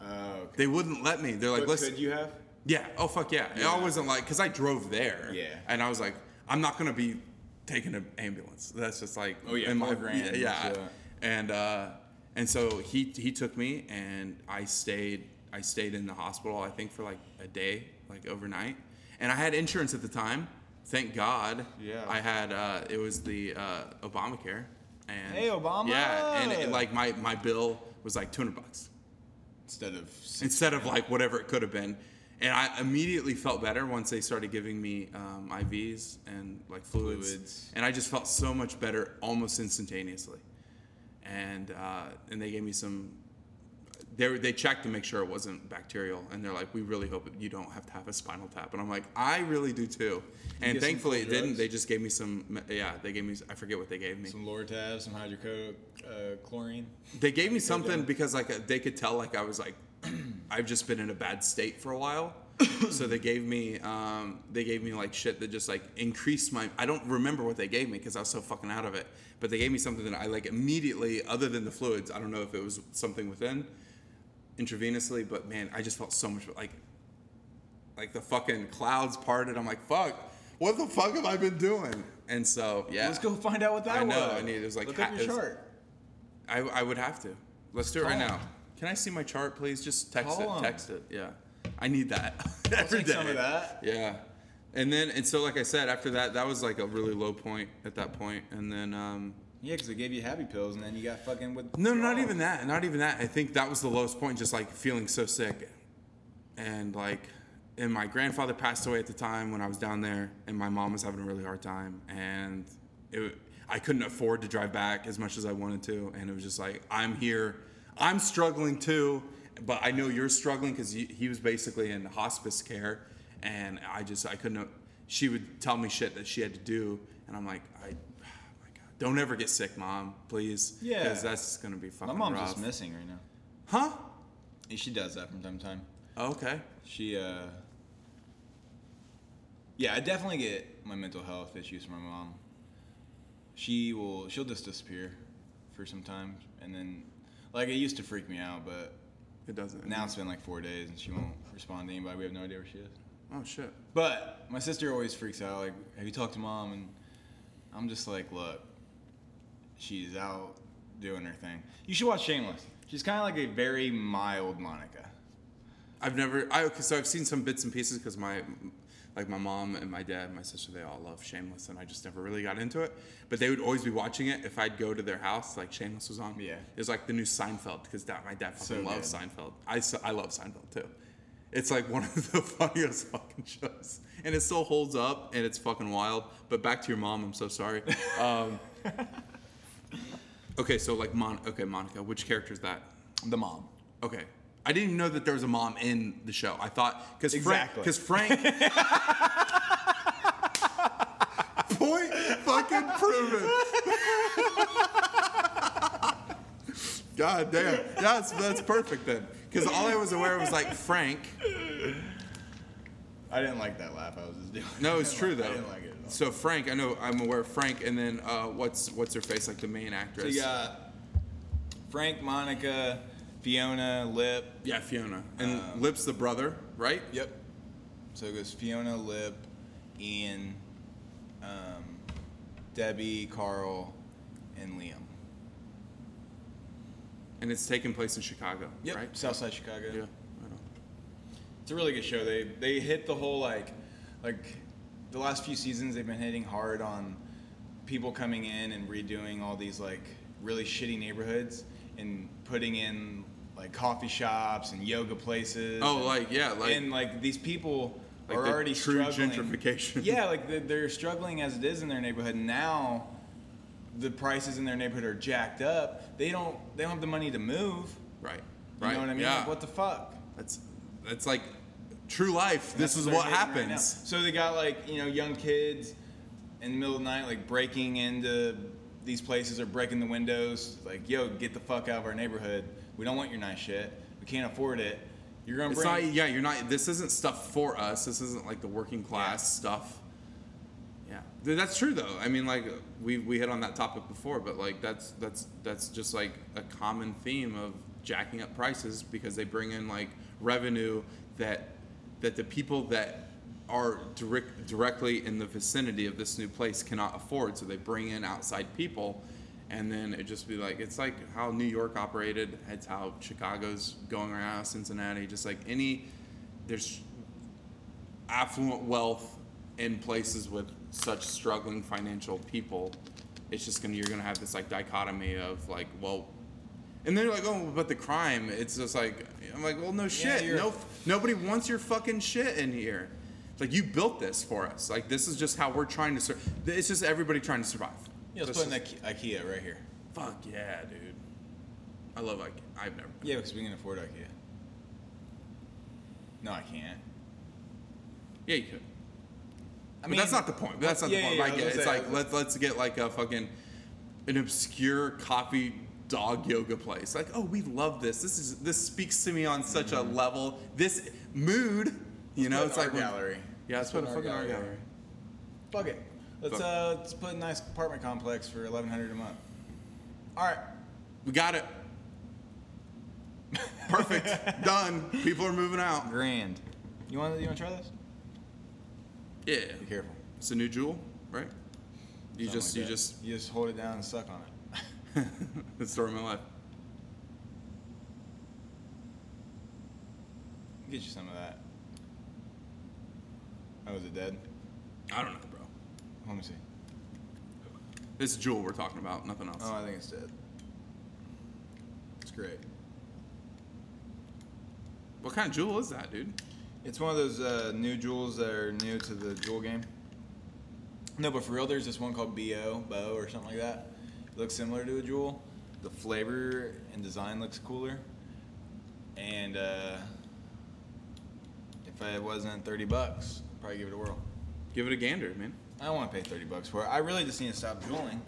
Speaker 2: Oh. okay.
Speaker 1: They wouldn't let me. They're like,
Speaker 2: But
Speaker 1: "Listen,
Speaker 2: could you have?
Speaker 1: Yeah. Oh fuck yeah. And I
Speaker 2: Yeah.
Speaker 1: wasn't like because I drove there.
Speaker 2: Yeah.
Speaker 1: And I was like, I'm not gonna be taking an ambulance. That's just like
Speaker 2: Oh, yeah,
Speaker 1: in my
Speaker 2: four grand,
Speaker 1: yeah.
Speaker 2: yeah.
Speaker 1: And uh, and so he he took me and I stayed I stayed in the hospital I think for like a day like overnight and I had insurance at the time. Thank God.
Speaker 2: Yeah.
Speaker 1: I had uh, it was the uh, Obamacare and
Speaker 2: Hey, Obama!
Speaker 1: Yeah. And it, like my my bill was like 200 bucks
Speaker 2: Instead of.
Speaker 1: instead of like whatever it could have been. And I immediately felt better once they started giving me um, IVs and like fluids.
Speaker 2: Fluids.
Speaker 1: And I just felt so much better almost instantaneously. And uh, and they gave me some. They were- they checked to make sure it wasn't bacterial, and they're like, "We really hope you don't have to have a spinal tap." And I'm like, "I really do too."
Speaker 2: get
Speaker 1: And
Speaker 2: some
Speaker 1: thankfully, it
Speaker 2: cool
Speaker 1: didn't.
Speaker 2: drugs?
Speaker 1: They just gave me some. Yeah, they gave me. I forget what they gave me.
Speaker 2: Some Lortab, some hydroco uh, chlorine.
Speaker 1: They gave me something uh,
Speaker 2: down.
Speaker 1: because like they could tell like I was like I've just been in a bad state for a while, so they gave me um, they gave me like shit that just like increased my. I don't remember what they gave me because I was so fucking out of it. But they gave me something that I like immediately, other than the fluids. I don't know if it was something within intravenously, but man, I just felt so much like like the fucking clouds parted. I'm like, fuck, what the fuck have I been doing? And so yeah,
Speaker 2: Let's go find out what that
Speaker 1: I
Speaker 2: was.
Speaker 1: know, I need- it was like
Speaker 2: Look
Speaker 1: ha-
Speaker 2: up your
Speaker 1: it was-
Speaker 2: chart.
Speaker 1: I, I would have to. Let's do it right
Speaker 2: Call
Speaker 1: now.
Speaker 2: him.
Speaker 1: Can I see my chart, please? Just text
Speaker 2: Call
Speaker 1: it.
Speaker 2: him.
Speaker 1: Text it. Yeah, I need that every
Speaker 2: take
Speaker 1: day.
Speaker 2: some of that.
Speaker 1: Yeah, and then and so like I said, after that, that was like a really low point at that point, and then um,
Speaker 2: Yeah, because they gave you happy pills, and then you got fucking with.
Speaker 1: no, not even that. Not even that. I think that was the lowest point, just like feeling so sick. And like, and my grandfather passed away at the time when I was down there, and my mom was having a really hard time. And it, I couldn't afford to drive back as much as I wanted to. And it was just like, I'm here. I'm struggling too, but I know you're struggling because he was basically in hospice care. And I just, I couldn't, she would tell me shit that she had to do. And I'm like, I, oh my God, don't ever get sick, mom, please. 'Cause
Speaker 2: Yeah.
Speaker 1: that's that's gonna be
Speaker 2: My
Speaker 1: fucking
Speaker 2: mom's
Speaker 1: rough.
Speaker 2: just missing right now.
Speaker 1: Huh? Oh,
Speaker 2: And She does that from time to time.
Speaker 1: Okay.
Speaker 2: She, uh. Yeah, I definitely get my mental health issues from my mom. She will, she'll just disappear for some time, and then, like, it used to freak me out, but
Speaker 1: It doesn't.
Speaker 2: now it's been like four days, and she won't respond to anybody. We have no idea where she is.
Speaker 1: Oh shit.
Speaker 2: But my sister always freaks out. Like, have you talked to mom? And I'm just like, look, she's out doing her thing. You should watch Shameless. She's kind of like a very mild Monica.
Speaker 1: I've never. I okay, so I've seen some bits and pieces because my, like my mom and my dad, and my sister, they all love Shameless, and I just never really got into it. But they would always be watching it if I'd go to their house. Like Shameless was on.
Speaker 2: Yeah.
Speaker 1: It was like the new Seinfeld because that my dad
Speaker 2: So
Speaker 1: fucking loves
Speaker 2: good.
Speaker 1: Seinfeld. I s- I love Seinfeld too. It's like one of the funniest fucking shows, and it still holds up, and it's fucking wild. But back to your mom. I'm so sorry. Um, okay, so like Mon. Okay, Monica. Which character is that?
Speaker 2: The mom.
Speaker 1: Okay. I didn't even know that there was a mom in the show. I thought because
Speaker 2: Exactly.
Speaker 1: Frank, because Frank. Point fucking proven. God damn, that's that's perfect then. Because all I was aware was like Frank.
Speaker 2: I didn't like that laugh. I was just doing.
Speaker 1: No, it's true though.
Speaker 2: I didn't like it at all.
Speaker 1: So Frank, I know I'm aware of Frank, and then uh, what's what's her face like the main
Speaker 2: So
Speaker 1: actress?
Speaker 2: you got Frank, Monica, Fiona, Lip.
Speaker 1: yeah, Fiona, and
Speaker 2: Um,
Speaker 1: Lip's the brother, right?
Speaker 2: Yep. So it goes Fiona, Lip, Ian, um, Debbie, Carl, and Liam.
Speaker 1: And it's taking place in Chicago,
Speaker 2: Yep.
Speaker 1: right?
Speaker 2: Southside Chicago.
Speaker 1: Yeah. I know.
Speaker 2: It's a really good show. They they hit the whole like like the last few seasons they've been hitting hard on people coming in and redoing all these like really shitty neighborhoods and putting in like coffee shops and yoga places.
Speaker 1: Oh,
Speaker 2: and-
Speaker 1: like yeah, like
Speaker 2: and like these people
Speaker 1: Like
Speaker 2: are
Speaker 1: the
Speaker 2: already
Speaker 1: true
Speaker 2: struggling.
Speaker 1: gentrification.
Speaker 2: Yeah, like they're, they're struggling as it is in their neighborhood. Now, the prices in their neighborhood are jacked up. They don't they don't have the money to move.
Speaker 1: right,
Speaker 2: You
Speaker 1: right.
Speaker 2: know what I mean?
Speaker 1: Yeah,
Speaker 2: Like, what the fuck?
Speaker 1: that's that's like true life. This
Speaker 2: That's
Speaker 1: is
Speaker 2: they're
Speaker 1: what
Speaker 2: doing right now.
Speaker 1: happens.
Speaker 2: so they got like you know young kids in the middle of the night like breaking into these places or breaking the windows. Like yo, get the fuck out of our neighborhood. We don't want your nice shit. We can't afford it. You're gonna
Speaker 1: It's
Speaker 2: bring.
Speaker 1: not. e-" Yeah, you're not. This isn't stuff for us. This isn't like the working class stuff. Yeah, Th- that's true though. I mean, like we we hit on that topic before, but like that's that's that's just like a common theme of jacking up prices because they bring in like revenue that that the people that are direct, directly in the vicinity of this new place cannot afford, so they bring in outside people, and then it just be like it's like how New York operated. It's how Chicago's going around Cincinnati. Just like any, there's affluent wealth in places with such struggling financial people, it's just gonna you're gonna have this like dichotomy of like, well, and they're like, oh, but the crime. It's just like I'm like, well, no shit,
Speaker 2: you're-
Speaker 1: no, nobody wants your fucking shit in here. It's like you built this for us. Like this is just how we're trying to survive. It's just everybody trying to survive.
Speaker 2: Yeah, let's
Speaker 1: This
Speaker 2: put in
Speaker 1: is-
Speaker 2: Ike- IKEA right here.
Speaker 1: Fuck yeah, dude. I love like I've never.
Speaker 2: Yeah, because we can afford IKEA. No, I can't.
Speaker 1: Yeah, you could.
Speaker 2: I
Speaker 1: But that's not the point. That's not
Speaker 2: yeah,
Speaker 1: the point.
Speaker 2: yeah,
Speaker 1: I
Speaker 2: yeah, I
Speaker 1: get
Speaker 2: was
Speaker 1: it. It's
Speaker 2: gonna say,
Speaker 1: like
Speaker 2: I
Speaker 1: let's
Speaker 2: was-
Speaker 1: let's get like a fucking an obscure coffee dog yoga place. Like, oh, we love this. This is this speaks to me on such a level. This mood You know,
Speaker 2: Mm-hmm. put
Speaker 1: it's
Speaker 2: art
Speaker 1: like when-
Speaker 2: gallery.
Speaker 1: Yeah, let's put a
Speaker 2: an
Speaker 1: fucking art gallery.
Speaker 2: Fuck it. Let's
Speaker 1: Fuck.
Speaker 2: uh let's put a nice apartment complex for eleven hundred a month. All right.
Speaker 1: We got it. Perfect. Done. People are moving out.
Speaker 2: Grand. You want you want to try this?
Speaker 1: Yeah.
Speaker 2: Be careful.
Speaker 1: It's a new jewel, right? You
Speaker 2: Something
Speaker 1: just
Speaker 2: like
Speaker 1: you
Speaker 2: that.
Speaker 1: just
Speaker 2: you just hold it down and suck on it.
Speaker 1: the story of my life.
Speaker 2: Get you some of that. Oh, is it dead?
Speaker 1: I don't know, bro.
Speaker 2: Let me see.
Speaker 1: This jewel we're talking about, nothing else.
Speaker 2: Oh, I think it's dead. It's great.
Speaker 1: what kind of jewel is that, dude?
Speaker 2: It's one of those uh, new jewels that are new to the jewel game. No, but for real, there's this one called Bo Bo or something like that. It looks similar to a jewel. The flavor and design looks cooler. And uh, if it wasn't thirty bucks, I'd probably give it a whirl.
Speaker 1: Give it a gander, man.
Speaker 2: I don't want to pay thirty bucks for it. I really just need to stop jeweling.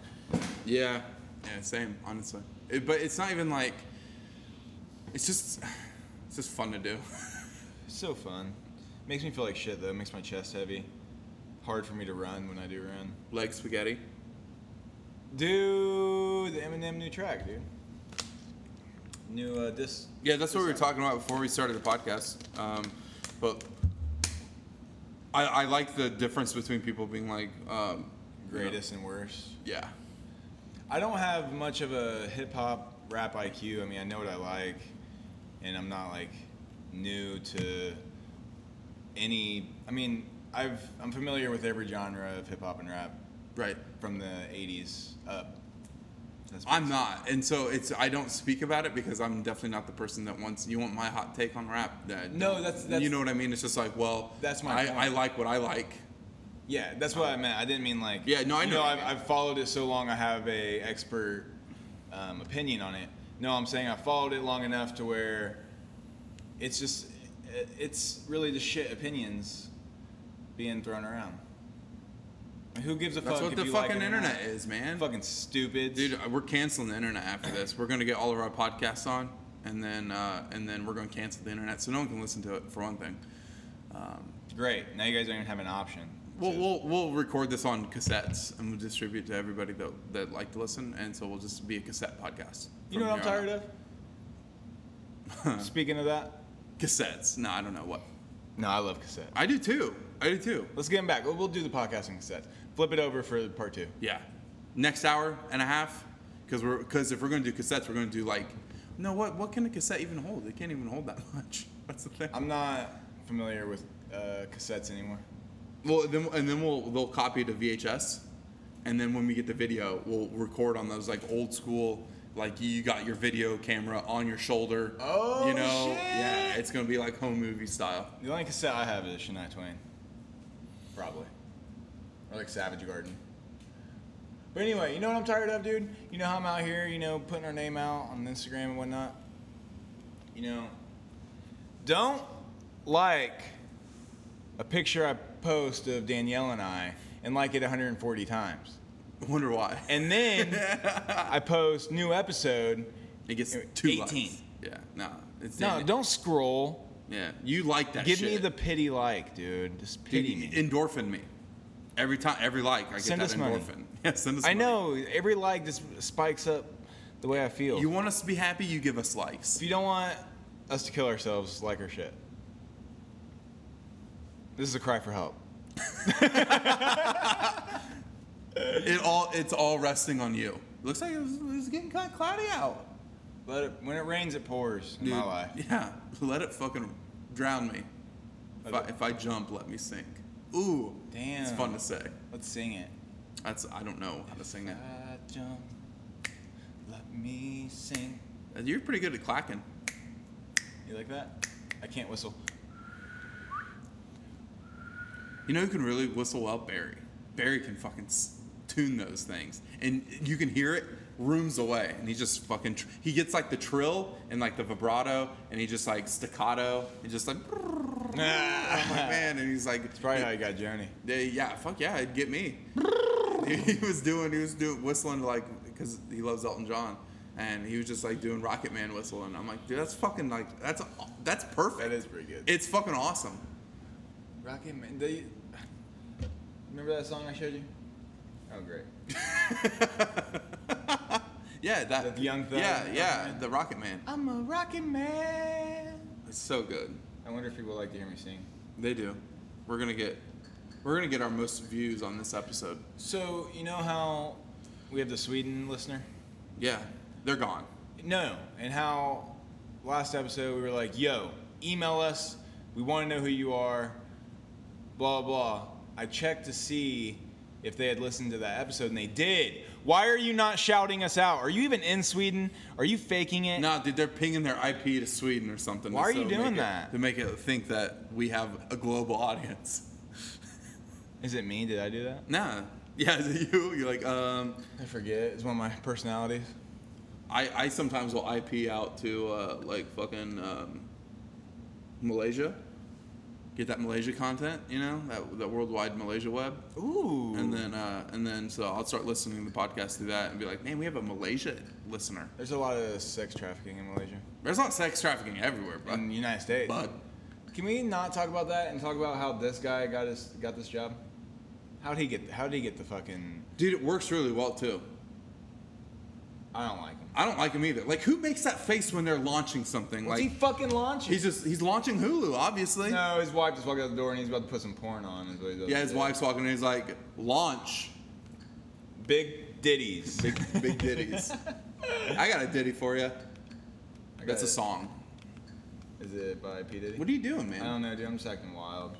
Speaker 1: Yeah. Yeah, same, honestly. It, but it's not even like it's just it's just fun to do.
Speaker 2: It's so fun. Makes me feel like shit though. Makes my chest heavy. Hard for me to run when I do run.
Speaker 1: Leg spaghetti.
Speaker 2: Dude, the Eminem new track, dude. New uh, this.
Speaker 1: Yeah, that's what we were talking about before we started the podcast. Um, but I, I like the difference between people being like, um, you know,
Speaker 2: Greatest and worst.
Speaker 1: yeah,
Speaker 2: I don't have much of a hip hop rap IQ. I mean, I know what I like, and I'm not like new to any. I mean, I've I'm familiar with every genre of hip hop and rap
Speaker 1: right.
Speaker 2: from the '80s up. That's
Speaker 1: I'm not, and so it's I don't speak about it because I'm definitely not the person that wants you want my hot take on rap. That
Speaker 2: No, that's- that's-
Speaker 1: you know what I mean. It's just like, well,
Speaker 2: That's my point.
Speaker 1: I, I like what I like.
Speaker 2: Yeah, that's what I meant. I didn't mean like.
Speaker 1: Yeah, no, I
Speaker 2: you
Speaker 1: know what you
Speaker 2: I've, I've followed it so long. I have a expert um, opinion on it. No, I'm saying I followed it long enough to where it's just it- it's really just shit opinions being thrown around. Like, Who gives a
Speaker 1: That's
Speaker 2: fuck?
Speaker 1: what
Speaker 2: if
Speaker 1: the
Speaker 2: you like
Speaker 1: fucking
Speaker 2: it or not?
Speaker 1: internet is, man.
Speaker 2: Fucking stupid.
Speaker 1: Dude, uh, we're canceling the internet after this. We're gonna get all of our podcasts on, and then uh, and then we're gonna cancel the internet so no one can listen to it for one thing. Um,
Speaker 2: great. Now you guys don't even have an option.
Speaker 1: We'll,
Speaker 2: to-
Speaker 1: we'll, we'll record this on cassettes and we'll distribute to everybody that, that like to listen. And so we'll just be a cassette podcast.
Speaker 2: you know what I'm tired of? Speaking of that,
Speaker 1: Cassettes. No, I don't know what.
Speaker 2: no, I love cassette.
Speaker 1: I do too. I do too.
Speaker 2: Let's get him back. We'll, we'll do the podcasting cassettes. Flip it over for part two.
Speaker 1: Yeah. Next hour and a half, because we're because if we're gonna do cassettes, we're gonna do like, no, what what can a cassette even hold? It can't even hold that much. That's the thing.
Speaker 2: I'm not familiar with uh, cassettes anymore.
Speaker 1: Well, then and then we'll they'll copy to VHS, and then when we get the video, we'll record on those like old school. Like you got your video camera on your shoulder.
Speaker 2: Oh,
Speaker 1: you know,
Speaker 2: shit.
Speaker 1: yeah, it's gonna be like home movie style.
Speaker 2: The only cassette I have is Shania Twain. Probably. Or like Savage Garden. But anyway, you know what I'm tired of, dude? You know how I'm out here, you know, putting our name out on Instagram and whatnot? You know, don't like a picture I post of Danielle and I and like it 140 times.
Speaker 1: I wonder why.
Speaker 2: And then I post new episode.
Speaker 1: It gets
Speaker 2: Anyway,
Speaker 1: two
Speaker 2: 18.
Speaker 1: likes. Yeah, no, it's
Speaker 2: No, don't scroll.
Speaker 1: Yeah, you like that.
Speaker 2: Give me
Speaker 1: shit.
Speaker 2: the pity like, dude. Just
Speaker 1: Dude,
Speaker 2: pity me.
Speaker 1: endorphin me. Every time, every like, I get
Speaker 2: Send
Speaker 1: that
Speaker 2: us
Speaker 1: endorphin.
Speaker 2: money.
Speaker 1: Yeah, send us.
Speaker 2: I
Speaker 1: money.
Speaker 2: know every like just spikes up the way I feel.
Speaker 1: You want us to be happy? You give us likes.
Speaker 2: if you don't want us to kill ourselves, like our shit. This is a cry for help.
Speaker 1: It all it's all resting on you. Looks like it's, it's getting kind of cloudy out.
Speaker 2: Let it, when it rains, it pours in my
Speaker 1: Dude,
Speaker 2: life.
Speaker 1: Yeah, let it fucking drown me. If I,
Speaker 2: Let it-
Speaker 1: if I jump, let me sink. Ooh,
Speaker 2: Damn.
Speaker 1: it's fun to say.
Speaker 2: Let's sing it.
Speaker 1: That's I don't know how to sing it.
Speaker 2: I jump, let me sing.
Speaker 1: Uh, You're pretty good at clacking.
Speaker 2: You like that? I can't whistle.
Speaker 1: You know who can really whistle well? Barry. Barry can fucking s- tune those things, and you can hear it rooms away. And he just fucking tr- he gets like the trill and like the vibrato, and he just like staccato and just like. I'm like, Oh, man, and he's like,
Speaker 2: It's probably how you got Joni.
Speaker 1: They, yeah, fuck yeah, it'd get me. he was doing, he was doing whistling like because he loves Elton John, and he was just like doing Rocket Man whistle, and I'm like, dude, that's fucking like that's that's perfect.
Speaker 2: That is pretty good.
Speaker 1: It's fucking awesome.
Speaker 2: Rocket Man. They, remember that song I showed you? Oh, great.
Speaker 1: yeah, that
Speaker 2: The Young Thug,
Speaker 1: Yeah,
Speaker 2: Rocket
Speaker 1: yeah,
Speaker 2: Man.
Speaker 1: the Rocket Man.
Speaker 2: I'm a rocket man.
Speaker 1: It's so good.
Speaker 2: I wonder if people like to hear me sing.
Speaker 1: They do. We're gonna get we're gonna get our most views on this episode.
Speaker 2: So you know how we have the Sweden listener?
Speaker 1: Yeah, they're gone.
Speaker 2: No, and how last episode we were like, "Yo, email us. We want to know who you are." Blah blah. I checked to see if they had listened to that episode, and they did. Why are you not shouting us out? Are you even in Sweden? Are you faking it?
Speaker 1: No, dude, they're pinging their IP to Sweden or something.
Speaker 2: Eh. Why are
Speaker 1: so
Speaker 2: you doing
Speaker 1: make it-
Speaker 2: that?
Speaker 1: To make it think that we have a global audience.
Speaker 2: Is it me? Did I do that?
Speaker 1: Nah. Yeah, is it you? You're like, um,
Speaker 2: I forget. It's one of my personalities.
Speaker 1: I, I sometimes will IP out to uh, like fucking um, Malaysia. Get that Malaysia content, you know, that, that worldwide Malaysia web.
Speaker 2: Ooh.
Speaker 1: And then uh, and then so I'll start listening to the podcast through that and be like, man, we have a Malaysia listener.
Speaker 2: there's a lot of sex trafficking in Malaysia,
Speaker 1: There's not sex trafficking everywhere, bro.
Speaker 2: in the United States.
Speaker 1: But
Speaker 2: Can we not talk about that and talk about how this guy got his got this job? How'd he get how'd he get the fucking
Speaker 1: dude, it works really well too.
Speaker 2: I don't like him.
Speaker 1: I don't like him either. Like, who makes that face when they're launching something?
Speaker 2: What's
Speaker 1: like,
Speaker 2: he fucking launching?
Speaker 1: he's just he's launching Hulu, obviously.
Speaker 2: no, his wife just walked out the door and he's about to put some porn on. Is what he does.
Speaker 1: Yeah, his wife's walking in. He's like, launch
Speaker 2: Big ditties.
Speaker 1: big big ditties. I got a ditty for you.
Speaker 2: I got
Speaker 1: That's a
Speaker 2: it.
Speaker 1: song.
Speaker 2: Is it by P Diddy?
Speaker 1: What are you doing,
Speaker 2: I
Speaker 1: man?
Speaker 2: don't know, dude. I'm just acting wild.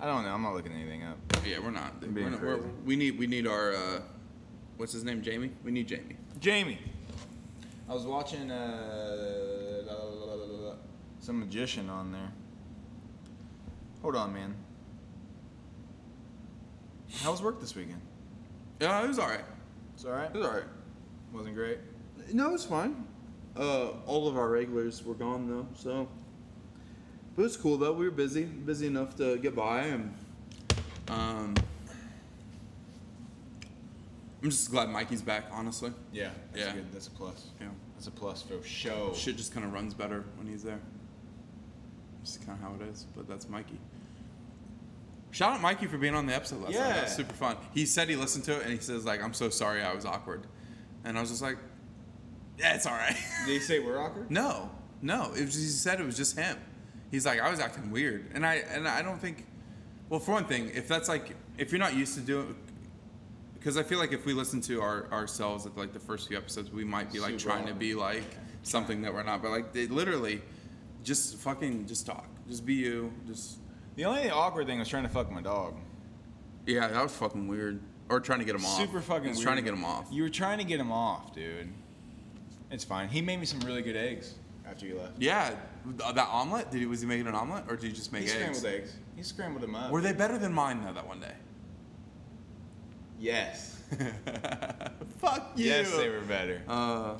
Speaker 2: I don't know. I'm not looking anything up.
Speaker 1: Yeah, we're not. We're
Speaker 2: I'm being
Speaker 1: not we're,
Speaker 2: crazy.
Speaker 1: we need we need our uh, what's his name? Jamie. We need Jamie.
Speaker 2: Jamie, I was watching uh, la- la- la- la- la- la- some magician on there. Hold on, man. How was work this weekend? Uh,
Speaker 1: Yeah, it was all right.
Speaker 2: It's all right.
Speaker 1: It was all right.
Speaker 2: Wasn't great.
Speaker 1: No, it was fine. Uh, all of our regulars were gone though, so but it was cool though. We were busy, busy enough to get by, and um, I'm just glad Mikey's back. Honestly,
Speaker 2: Yeah. That's
Speaker 1: Yeah.
Speaker 2: Good. That's a plus.
Speaker 1: yeah.
Speaker 2: That's a plus for show.
Speaker 1: Shit just kind of runs better when he's there. It's kind of how it is, but that's Mikey. Shout out Mikey for being on the episode last night. That was
Speaker 2: Yeah.
Speaker 1: super fun. He said he listened to it and he says like, "I'm so sorry, I was awkward," and I was just like, "Yeah, it's all right."
Speaker 2: Did he say we're awkward?
Speaker 1: no, no. It was, he said it was just him. He's like, "I was acting weird," and I and I don't think. Well, for one thing, if that's like if you're not used to doing. Because I feel like if we listen to our ourselves at like the first few episodes, we might be like
Speaker 2: Super
Speaker 1: trying to
Speaker 2: awkward.
Speaker 1: be like something that we're not. But like, they literally, just fucking, just talk, just be you, just
Speaker 2: The only awkward thing was trying to fuck my dog.
Speaker 1: yeah. That was fucking weird. Or trying to get him off.
Speaker 2: Super fucking.
Speaker 1: Just
Speaker 2: weird.
Speaker 1: trying to get him off.
Speaker 2: You were trying to get him off, dude. It's fine. He made me some really good eggs after you left.
Speaker 1: Yeah, th- that omelet. Did he was he making an omelet or did he just make
Speaker 2: He
Speaker 1: eggs?
Speaker 2: scrambled eggs. He scrambled them up.
Speaker 1: Were they better than mine though? That one day.
Speaker 2: Yes.
Speaker 1: Fuck you.
Speaker 2: Yes, they were better.
Speaker 1: Uh,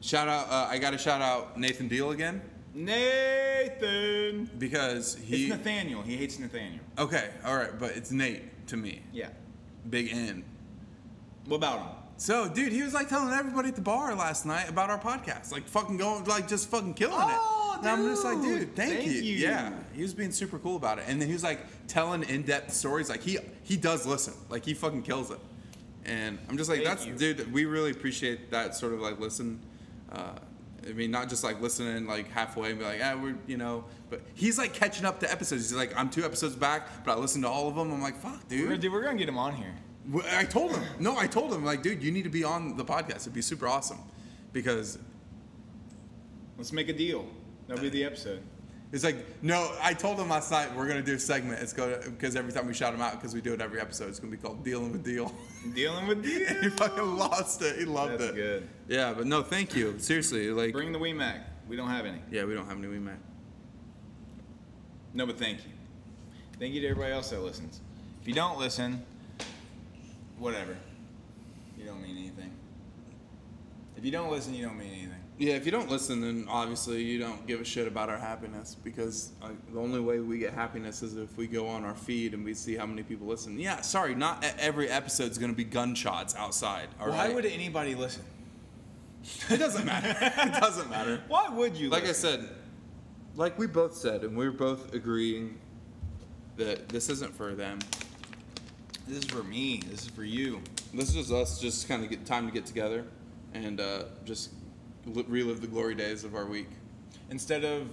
Speaker 1: shout out! Uh, I got to shout out Nathan Deal again
Speaker 2: Nathan.
Speaker 1: because
Speaker 2: It's
Speaker 1: he.
Speaker 2: Nathaniel. He hates Nathaniel.
Speaker 1: Okay, all right, but it's Nate to me.
Speaker 2: Yeah.
Speaker 1: Big N.
Speaker 2: What about him?
Speaker 1: So, dude, he was like telling everybody at the bar last night about our podcast, like fucking going, like just fucking killing
Speaker 2: Oh,
Speaker 1: it. And I'm just like,
Speaker 2: dude,
Speaker 1: dude, thank,
Speaker 2: thank
Speaker 1: you.
Speaker 2: you.
Speaker 1: Yeah, he was being super cool about it, and then he was like telling in-depth stories. Like he he does listen, like he fucking kills it. And I'm just like,
Speaker 2: Thank
Speaker 1: that's
Speaker 2: you.
Speaker 1: dude. We really appreciate that sort of like listen. Uh, I mean, not just like listening like halfway and be like, ah, we're you know. But he's like catching up to episodes. He's like, I'm two episodes back, but I listened to all of them. I'm like, fuck,
Speaker 2: We're, dude, we're gonna get him on here.
Speaker 1: well, I told him. No, I told him like, dude, you need to be on the podcast. It'd be super awesome because
Speaker 2: Let's make a deal. That'll be the episode.
Speaker 1: it's like, no, I told him last night we're gonna do a segment. It's going to because every time we shout him out because we do it every episode, it's gonna be called dealing with deal.
Speaker 2: Dealing with deal.
Speaker 1: and he fucking lost it. He loved
Speaker 2: That's
Speaker 1: it.
Speaker 2: good.
Speaker 1: Yeah, but no, thank you. Seriously, like,
Speaker 2: Bring the WeMac. We don't have any.
Speaker 1: yeah, we don't have any we met.
Speaker 2: No, but thank you. Thank you to everybody else that listens. If you don't listen, whatever. You don't mean anything. If you don't listen, you don't mean anything.
Speaker 1: Yeah, if you don't listen, then obviously you don't give a shit about our happiness because uh, the only way we get happiness is if we go on our feed and we see how many people listen. Yeah, sorry, not e- every episode's gonna be gunshots outside. All right,
Speaker 2: Why would anybody listen?
Speaker 1: it doesn't matter. it doesn't matter.
Speaker 2: Why would you?
Speaker 1: Like I
Speaker 2: listen?
Speaker 1: said, like we both said, and we were both agreeing that this isn't for them.
Speaker 2: This is for me. This is for you.
Speaker 1: This is us just kind of get time to get together and uh, just li- relive the glory days of our week.
Speaker 2: Instead of,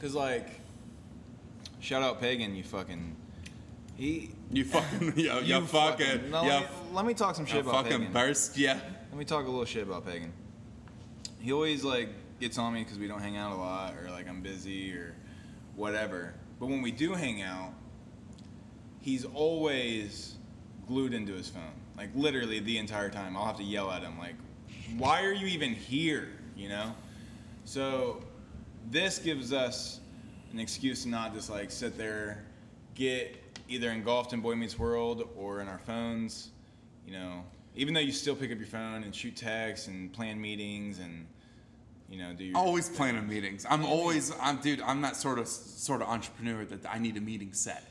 Speaker 2: cause like, shout out Pagan, you fucking, he.
Speaker 1: You fucking, Oh, yeah, you, fucking,
Speaker 2: no,
Speaker 1: yeah,
Speaker 2: let, me, let me talk some shit about
Speaker 1: fucking
Speaker 2: Pagan.
Speaker 1: burst, yeah.
Speaker 2: Let me talk a little shit about Pagan. He always like gets on me because we don't hang out a lot, or like I'm busy, or whatever. But when we do hang out, he's always glued into his phone, like literally the entire time. I'll have to yell at him, like, "Why are you even here?" You know. So this gives us an excuse to not just like sit there, get either engulfed in Boy Meets World or in our phones, you know. Even though you still pick up your phone and shoot texts and plan meetings and you know do your
Speaker 1: Always planning meetings. I'm always, I'm dude. I'm that sort of sort of entrepreneur that I need a meeting set.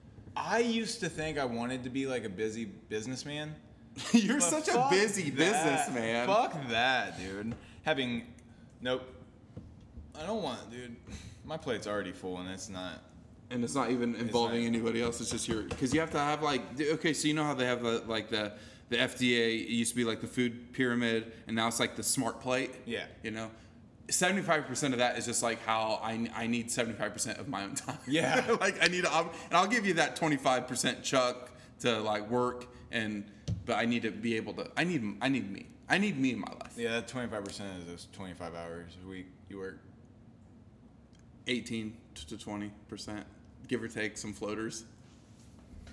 Speaker 2: I used to think I wanted to be like a busy businessman.
Speaker 1: You're
Speaker 2: but
Speaker 1: such a
Speaker 2: fuck
Speaker 1: busy
Speaker 2: that.
Speaker 1: businessman.
Speaker 2: Fuck that, dude. Having nope. I don't want, dude. My plate's already full and it's not
Speaker 1: and it's not even involving
Speaker 2: not-
Speaker 1: anybody else. It's just your because you have to have like d- okay, so you know how they have the, like the the FDA it used to be like the food pyramid, and now it's like the smart plate.
Speaker 2: Yeah.
Speaker 1: you know. 75% of that is just like how I, I need 75% of my own time.
Speaker 2: Yeah.
Speaker 1: like I need, to op- and I'll give you that 25% chunk to like work and, but I need to be able to, I need, I need me. I need me in my life.
Speaker 2: Yeah, that twenty five percent is those twenty five hours a week you work.
Speaker 1: 18 to 20%, give or take some floaters.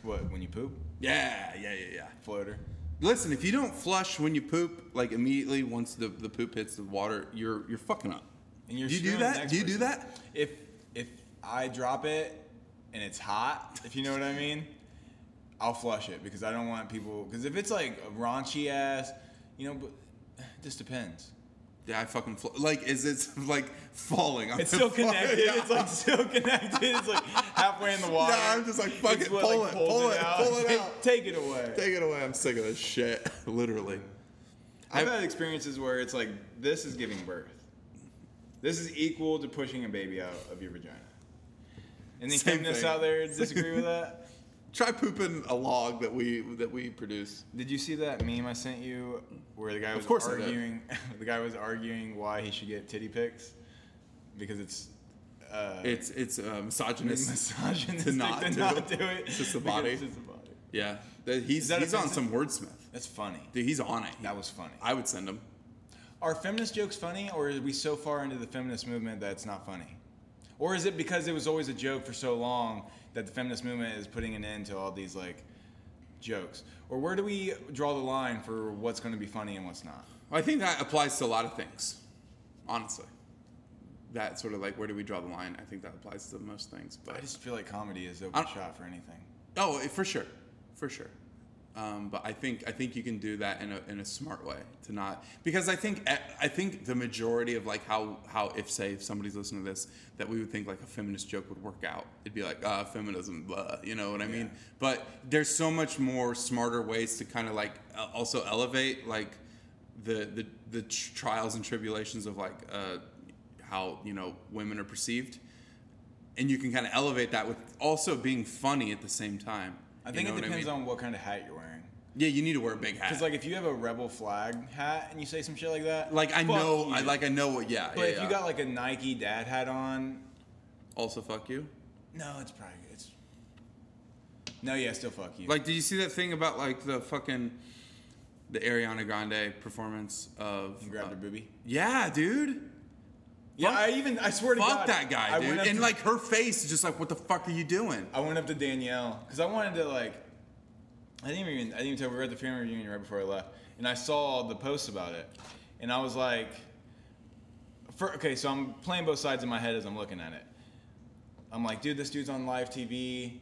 Speaker 2: What when you poop?
Speaker 1: Yeah, yeah, yeah, yeah.
Speaker 2: Floater.
Speaker 1: Listen, if you don't flush when you poop, like immediately once the, the poop hits the water, you're you're fucking up.
Speaker 2: And you're
Speaker 1: do you do
Speaker 2: screwing the
Speaker 1: that?
Speaker 2: next
Speaker 1: Do you do
Speaker 2: person.
Speaker 1: that?
Speaker 2: If if I drop it and it's hot, if you know what I mean, I'll flush it because I don't want people. Because if it's like a raunchy ass, you know, but it just depends.
Speaker 1: Yeah, I fucking fl- like is it's like falling. I'm
Speaker 2: It's still
Speaker 1: fucking-
Speaker 2: connected.
Speaker 1: yeah.
Speaker 2: It's like still connected. It's like halfway in the water.
Speaker 1: Nah, I'm just like, fuck
Speaker 2: It's
Speaker 1: it,
Speaker 2: what,
Speaker 1: pull it,
Speaker 2: pulls
Speaker 1: pull it, pull it
Speaker 2: Take-
Speaker 1: out.
Speaker 2: Take it away.
Speaker 1: take it away. I'm sick of this shit. Literally.
Speaker 2: I've
Speaker 1: I've-
Speaker 2: had experiences where it's like this is giving birth. This is equal to pushing a baby out of your vagina. And then
Speaker 1: Same
Speaker 2: feminists
Speaker 1: thing.
Speaker 2: out there disagree with that.
Speaker 1: Try pooping a log that we that we produce.
Speaker 2: Did you see that meme I sent you where the guy was
Speaker 1: course I did.
Speaker 2: arguing? The guy was arguing why he should get titty pics because it's uh,
Speaker 1: It's it's uh, misogynist.
Speaker 2: misogynistic
Speaker 1: to not do it.
Speaker 2: do it.
Speaker 1: It's just the
Speaker 2: because
Speaker 1: body.
Speaker 2: it's just the body.
Speaker 1: Yeah, That- he's
Speaker 2: that
Speaker 1: he's on
Speaker 2: offensive?
Speaker 1: some wordsmith.
Speaker 2: That's funny.
Speaker 1: Dude, he's on it.
Speaker 2: That was funny.
Speaker 1: I would send him.
Speaker 2: Are feminist jokes funny, or are we so far into the feminist movement that it's not funny? Or is it because it was always a joke for so long that the feminist movement is putting an end to all these like jokes? Or where do we draw the line for what's going to be funny and what's not?
Speaker 1: I think that applies to a lot of things, honestly. That sort of like where do we draw the line? I think that applies to most things.
Speaker 2: I
Speaker 1: But
Speaker 2: just feel like comedy is
Speaker 1: I
Speaker 2: open
Speaker 1: don't-
Speaker 2: shot for anything.
Speaker 1: oh, for sure, for sure. Um, but I think I think you can do that in a, in a smart way to not because I think eh, I think the majority of like how how if say if somebody's listening to this that we would think like a feminist joke would work out it'd be like uh, feminism blah you know what I mean
Speaker 2: Yeah.
Speaker 1: but there's so much more smarter ways to kind of like uh, also elevate like the the, the tr- trials and tribulations of like uh, how you know women are perceived and you can kind of elevate that with also being funny at the same time
Speaker 2: I
Speaker 1: you
Speaker 2: think
Speaker 1: know
Speaker 2: it
Speaker 1: what
Speaker 2: depends
Speaker 1: mean?
Speaker 2: on what kind of hat you're wearing.
Speaker 1: yeah you need to wear a big hat
Speaker 2: Because like if you have a rebel flag hat and you say some shit like that,
Speaker 1: Like, I
Speaker 2: fuck
Speaker 1: know I
Speaker 2: you.
Speaker 1: like I know what yeah
Speaker 2: But
Speaker 1: yeah,
Speaker 2: if
Speaker 1: yeah.
Speaker 2: you got like a Nike dad hat on,
Speaker 1: also fuck you
Speaker 2: no, it's probably it's. No, yeah, still fuck you.
Speaker 1: Like, did you see that thing about like the fucking the Ariana Grande performance of?
Speaker 2: You grabbed
Speaker 1: uh,
Speaker 2: her booby.
Speaker 1: yeah, dude.
Speaker 2: Yeah,
Speaker 1: Fuck-
Speaker 2: I even I swear to
Speaker 1: Fuck
Speaker 2: God,
Speaker 1: that guy,
Speaker 2: I
Speaker 1: dude.
Speaker 2: went up
Speaker 1: And
Speaker 2: to,
Speaker 1: like her face is just like, what the fuck are you doing?
Speaker 2: I went up to Danielle because I wanted to like, I didn't even I didn't even tell we were at the family reunion right before I left, and I saw the posts about it, and I was like, for, okay, so I'm playing both sides in my head as I'm looking at it. I'm like, dude, this dude's on live TV,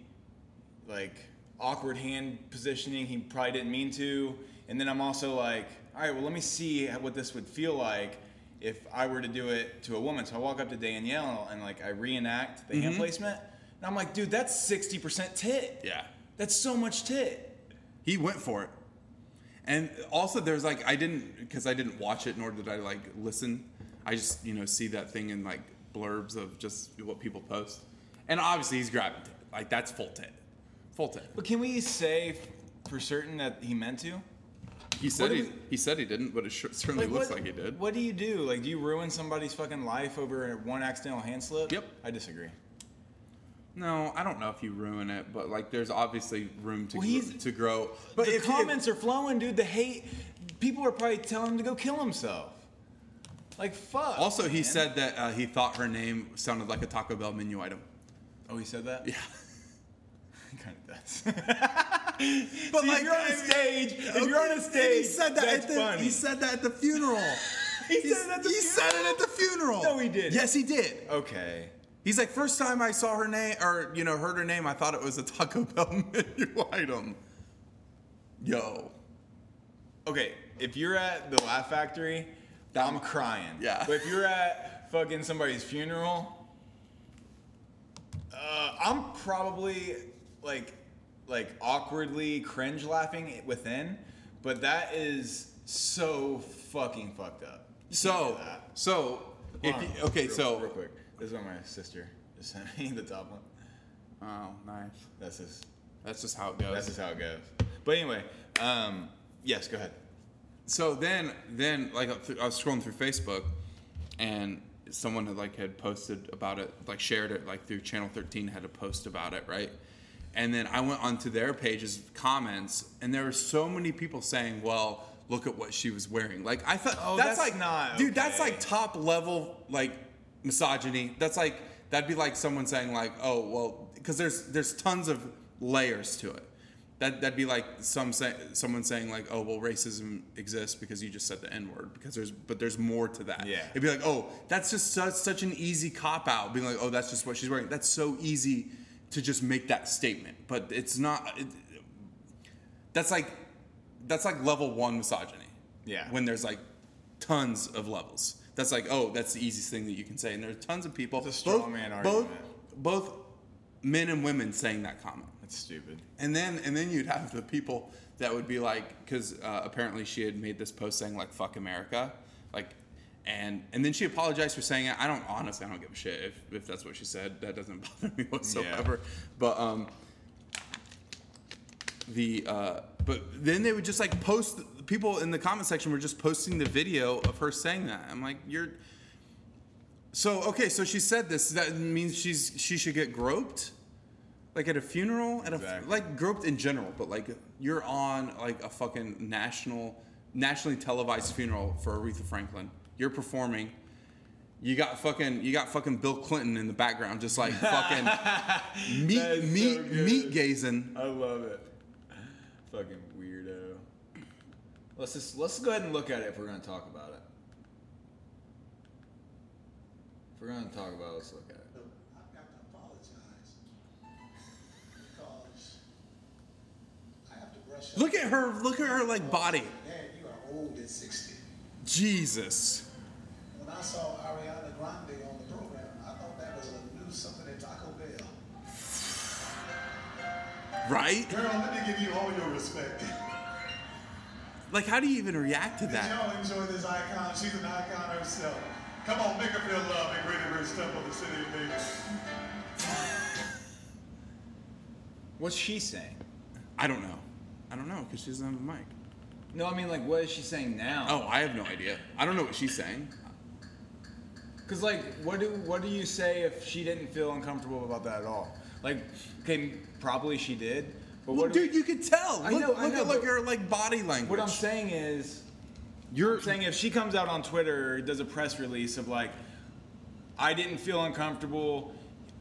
Speaker 2: like awkward hand positioning. He probably didn't mean to. And then I'm also like, all right, well, let me see what this would feel like if I were to do it to a woman. So I walk up to Danielle and like I reenact the hand placement, and I'm like, dude, that's sixty percent tit.
Speaker 1: Yeah,
Speaker 2: That's so much tit.
Speaker 1: he went for it. And also, there's like I didn't because I didn't watch it nor did I like listen. I just you know see that thing in like blurbs of just what people post. And obviously he's grabbing tit. Like that's full tit. Full tit.
Speaker 2: But can we say f- for certain that he meant to?
Speaker 1: He said
Speaker 2: do
Speaker 1: he,
Speaker 2: we-
Speaker 1: he said he didn't, but it sure, certainly looks
Speaker 2: what,
Speaker 1: like he did.
Speaker 2: What do you do? Like, do you ruin somebody's fucking life over one accidental hand slip?
Speaker 1: Yep.
Speaker 2: I disagree.
Speaker 1: No, I don't know if you ruin it, but like there's obviously room to
Speaker 2: Well,
Speaker 1: gr-
Speaker 2: he's-
Speaker 1: to grow.
Speaker 2: But
Speaker 1: But
Speaker 2: the
Speaker 1: if he-
Speaker 2: comments are flowing, dude. The hate. People are probably telling him to go kill himself. Like fuck.
Speaker 1: also he
Speaker 2: man.
Speaker 1: said that uh, he thought her name sounded like a Taco Bell menu item.
Speaker 2: Oh, he said that.
Speaker 1: Yeah.
Speaker 2: He kind of does. but
Speaker 1: like,
Speaker 2: if you're on
Speaker 1: I
Speaker 2: a
Speaker 1: mean-
Speaker 2: stage, if you're on a stage,
Speaker 1: he said that
Speaker 2: that's
Speaker 1: at the
Speaker 2: funny.
Speaker 1: he said that at the funeral.
Speaker 2: He
Speaker 1: He's-
Speaker 2: said it at the
Speaker 1: he
Speaker 2: funeral?
Speaker 1: said it at the funeral.
Speaker 2: No, he didn't.
Speaker 1: Yes, he did.
Speaker 2: okay.
Speaker 1: He's like, first time I saw her name, or you know, heard her name, I thought it was a Taco Bell menu item. Yo,
Speaker 2: Okay, if you're at the Laugh Factory, I'm crying.
Speaker 1: Yeah.
Speaker 2: But if you're at fucking somebody's funeral, uh, I'm probably like like awkwardly cringe laughing within, but that is so fucking fucked up. You can't
Speaker 1: so
Speaker 2: do that.
Speaker 1: so if
Speaker 2: Hold
Speaker 1: you,
Speaker 2: on,
Speaker 1: okay,
Speaker 2: real-
Speaker 1: so
Speaker 2: real quick, this is what my sister just sent me the top one.
Speaker 1: oh, nice.
Speaker 2: That's just
Speaker 1: That's just how it goes.
Speaker 2: that's just how it goes. But anyway, um, yes, go ahead.
Speaker 1: so then then like I was scrolling through Facebook and someone had like had posted about it like shared it like through channel 13 had a post about it right and then I went onto their page's comments and there were so many people saying well look at what she was wearing like I thought
Speaker 2: Oh,
Speaker 1: that's,
Speaker 2: that's
Speaker 1: like
Speaker 2: not
Speaker 1: dude that's
Speaker 2: okay.
Speaker 1: like top level like misogyny that's like that'd be like someone saying like oh well because there's there's tons of layers to it that that'd be like some say, someone saying like oh well racism exists because you just said the n word because there's but there's more to that
Speaker 2: Yeah.
Speaker 1: it'd be like oh that's just such, such an easy cop out being like oh that's just what she's wearing that's so easy to just make that statement but it's not it, that's like that's like level one misogyny.
Speaker 2: Yeah.
Speaker 1: When there's like tons of levels. That's like, oh, that's the easiest thing that you can say. And there are tons of people.
Speaker 2: It's a straw man argument.
Speaker 1: Both, both men and women saying that comment.
Speaker 2: That's stupid.
Speaker 1: And then and then you'd have the people that would be like, because uh, apparently she had made this post saying like "fuck America," like, and and then she apologized for saying it. I don't honestly, I don't give a shit if, if that's what she said. That doesn't bother me whatsoever. But um, the uh, but then they would just like post. People in the comment section were just posting the video of her saying that. I'm like, you're. So okay, so she said this. That means she's she should get groped, like at a funeral, at
Speaker 2: Exactly.
Speaker 1: a like groped in general. But like you're on like a fucking national, nationally televised funeral for Aretha Franklin. You're performing. You got fucking you got fucking Bill Clinton in the background, just like fucking
Speaker 2: That
Speaker 1: meat
Speaker 2: is
Speaker 1: meat
Speaker 2: so good.
Speaker 1: meat gazing.
Speaker 2: I love it. Fucking weirdo. Let's just let's go ahead and look at it if we're gonna talk about it. If we're gonna talk about it, let's look at it.
Speaker 3: I've got to apologize because I have to brush up.
Speaker 1: Look at her. Look at her like body.
Speaker 3: Dad, you are old at 60.
Speaker 1: Jesus.
Speaker 3: When I saw Ariana Grande on the program, I thought that was a new something at Taco Bell.
Speaker 1: Right?
Speaker 3: Girl, let me give you all your respect. Did
Speaker 1: Like, how do you even react to that?
Speaker 3: y'all enjoy this icon? She's an icon herself. Come on, make her feel love and greater rich temple the city of Vegas.
Speaker 2: What's she saying?
Speaker 1: I don't know. I don't know because she doesn't have a mic.
Speaker 2: No, I mean like what is she saying now?
Speaker 1: Oh, I have no idea. I don't know what she's saying.
Speaker 2: Cause like what do what do you say if she didn't feel uncomfortable about that at all? Like okay, probably she did. But
Speaker 1: Well,
Speaker 2: what do-
Speaker 1: dude, you could tell.
Speaker 2: I
Speaker 1: look,
Speaker 2: know, I
Speaker 1: look
Speaker 2: know,
Speaker 1: at like
Speaker 2: but-
Speaker 1: her like body language.
Speaker 2: what I'm saying is
Speaker 1: you're
Speaker 2: saying if she comes out on Twitter or does a press release of like, I didn't feel uncomfortable,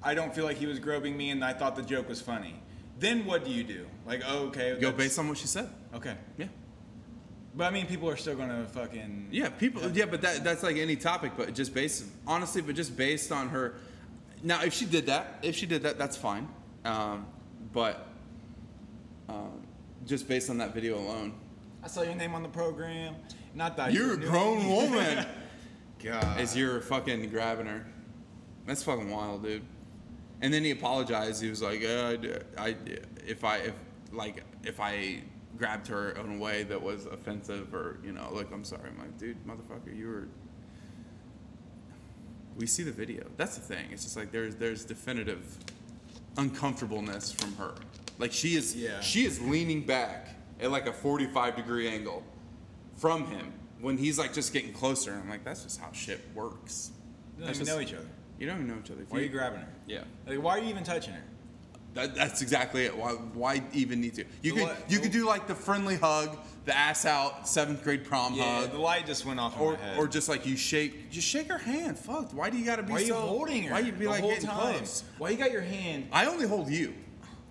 Speaker 2: I don't feel like he was groping me, and I thought the joke was funny. Then what do you do? Like, oh, okay,
Speaker 1: go
Speaker 2: that's-
Speaker 1: based on what she said.
Speaker 2: Okay,
Speaker 1: Yeah.
Speaker 2: but I mean, people are still gonna fucking
Speaker 1: Yeah, people. Yeah, but that that's like any topic, but just based honestly, but just based on her. Now, if she did that, if she did that, that's fine. Um, but um, just based on that video alone,
Speaker 2: I saw your name on the program, not that
Speaker 1: you're a grown woman.
Speaker 2: God,
Speaker 1: is you're fucking grabbing her. That's fucking wild, dude. And then he apologized. He was like, uh, I d- I, d- if I, if like, if I grabbed her in a way that was offensive or you know, like, I'm sorry. I'm like, dude, motherfucker, you were. we see the video. That's the thing. It's just like there's there's definitive uncomfortableness from her. Like she is
Speaker 2: Yeah.
Speaker 1: she is leaning back at like a 45 degree angle from him when he's like just getting closer. I'm like that's just how shit works.
Speaker 2: They don't
Speaker 1: That's
Speaker 2: even
Speaker 1: just-
Speaker 2: know each other.
Speaker 1: You don't even know each other. If
Speaker 2: Why are you grabbing her?
Speaker 1: Yeah.
Speaker 2: Like, why are you even touching her?
Speaker 1: That, that's exactly it. Why, why even need to? You
Speaker 2: The
Speaker 1: could
Speaker 2: li-
Speaker 1: you
Speaker 2: the-
Speaker 1: could do like the friendly hug, the ass out, seventh grade prom
Speaker 2: Yeah,
Speaker 1: hug,
Speaker 2: the light just went off in
Speaker 1: Uh-huh. or
Speaker 2: my head.
Speaker 1: or just like you shake, just shake her hand. Fuck. Why do you gotta be
Speaker 2: why are you
Speaker 1: so
Speaker 2: holding her?
Speaker 1: Why you be
Speaker 2: the
Speaker 1: like
Speaker 2: whole
Speaker 1: getting
Speaker 2: time?
Speaker 1: close?
Speaker 2: Why you got your hand?
Speaker 1: I only hold you.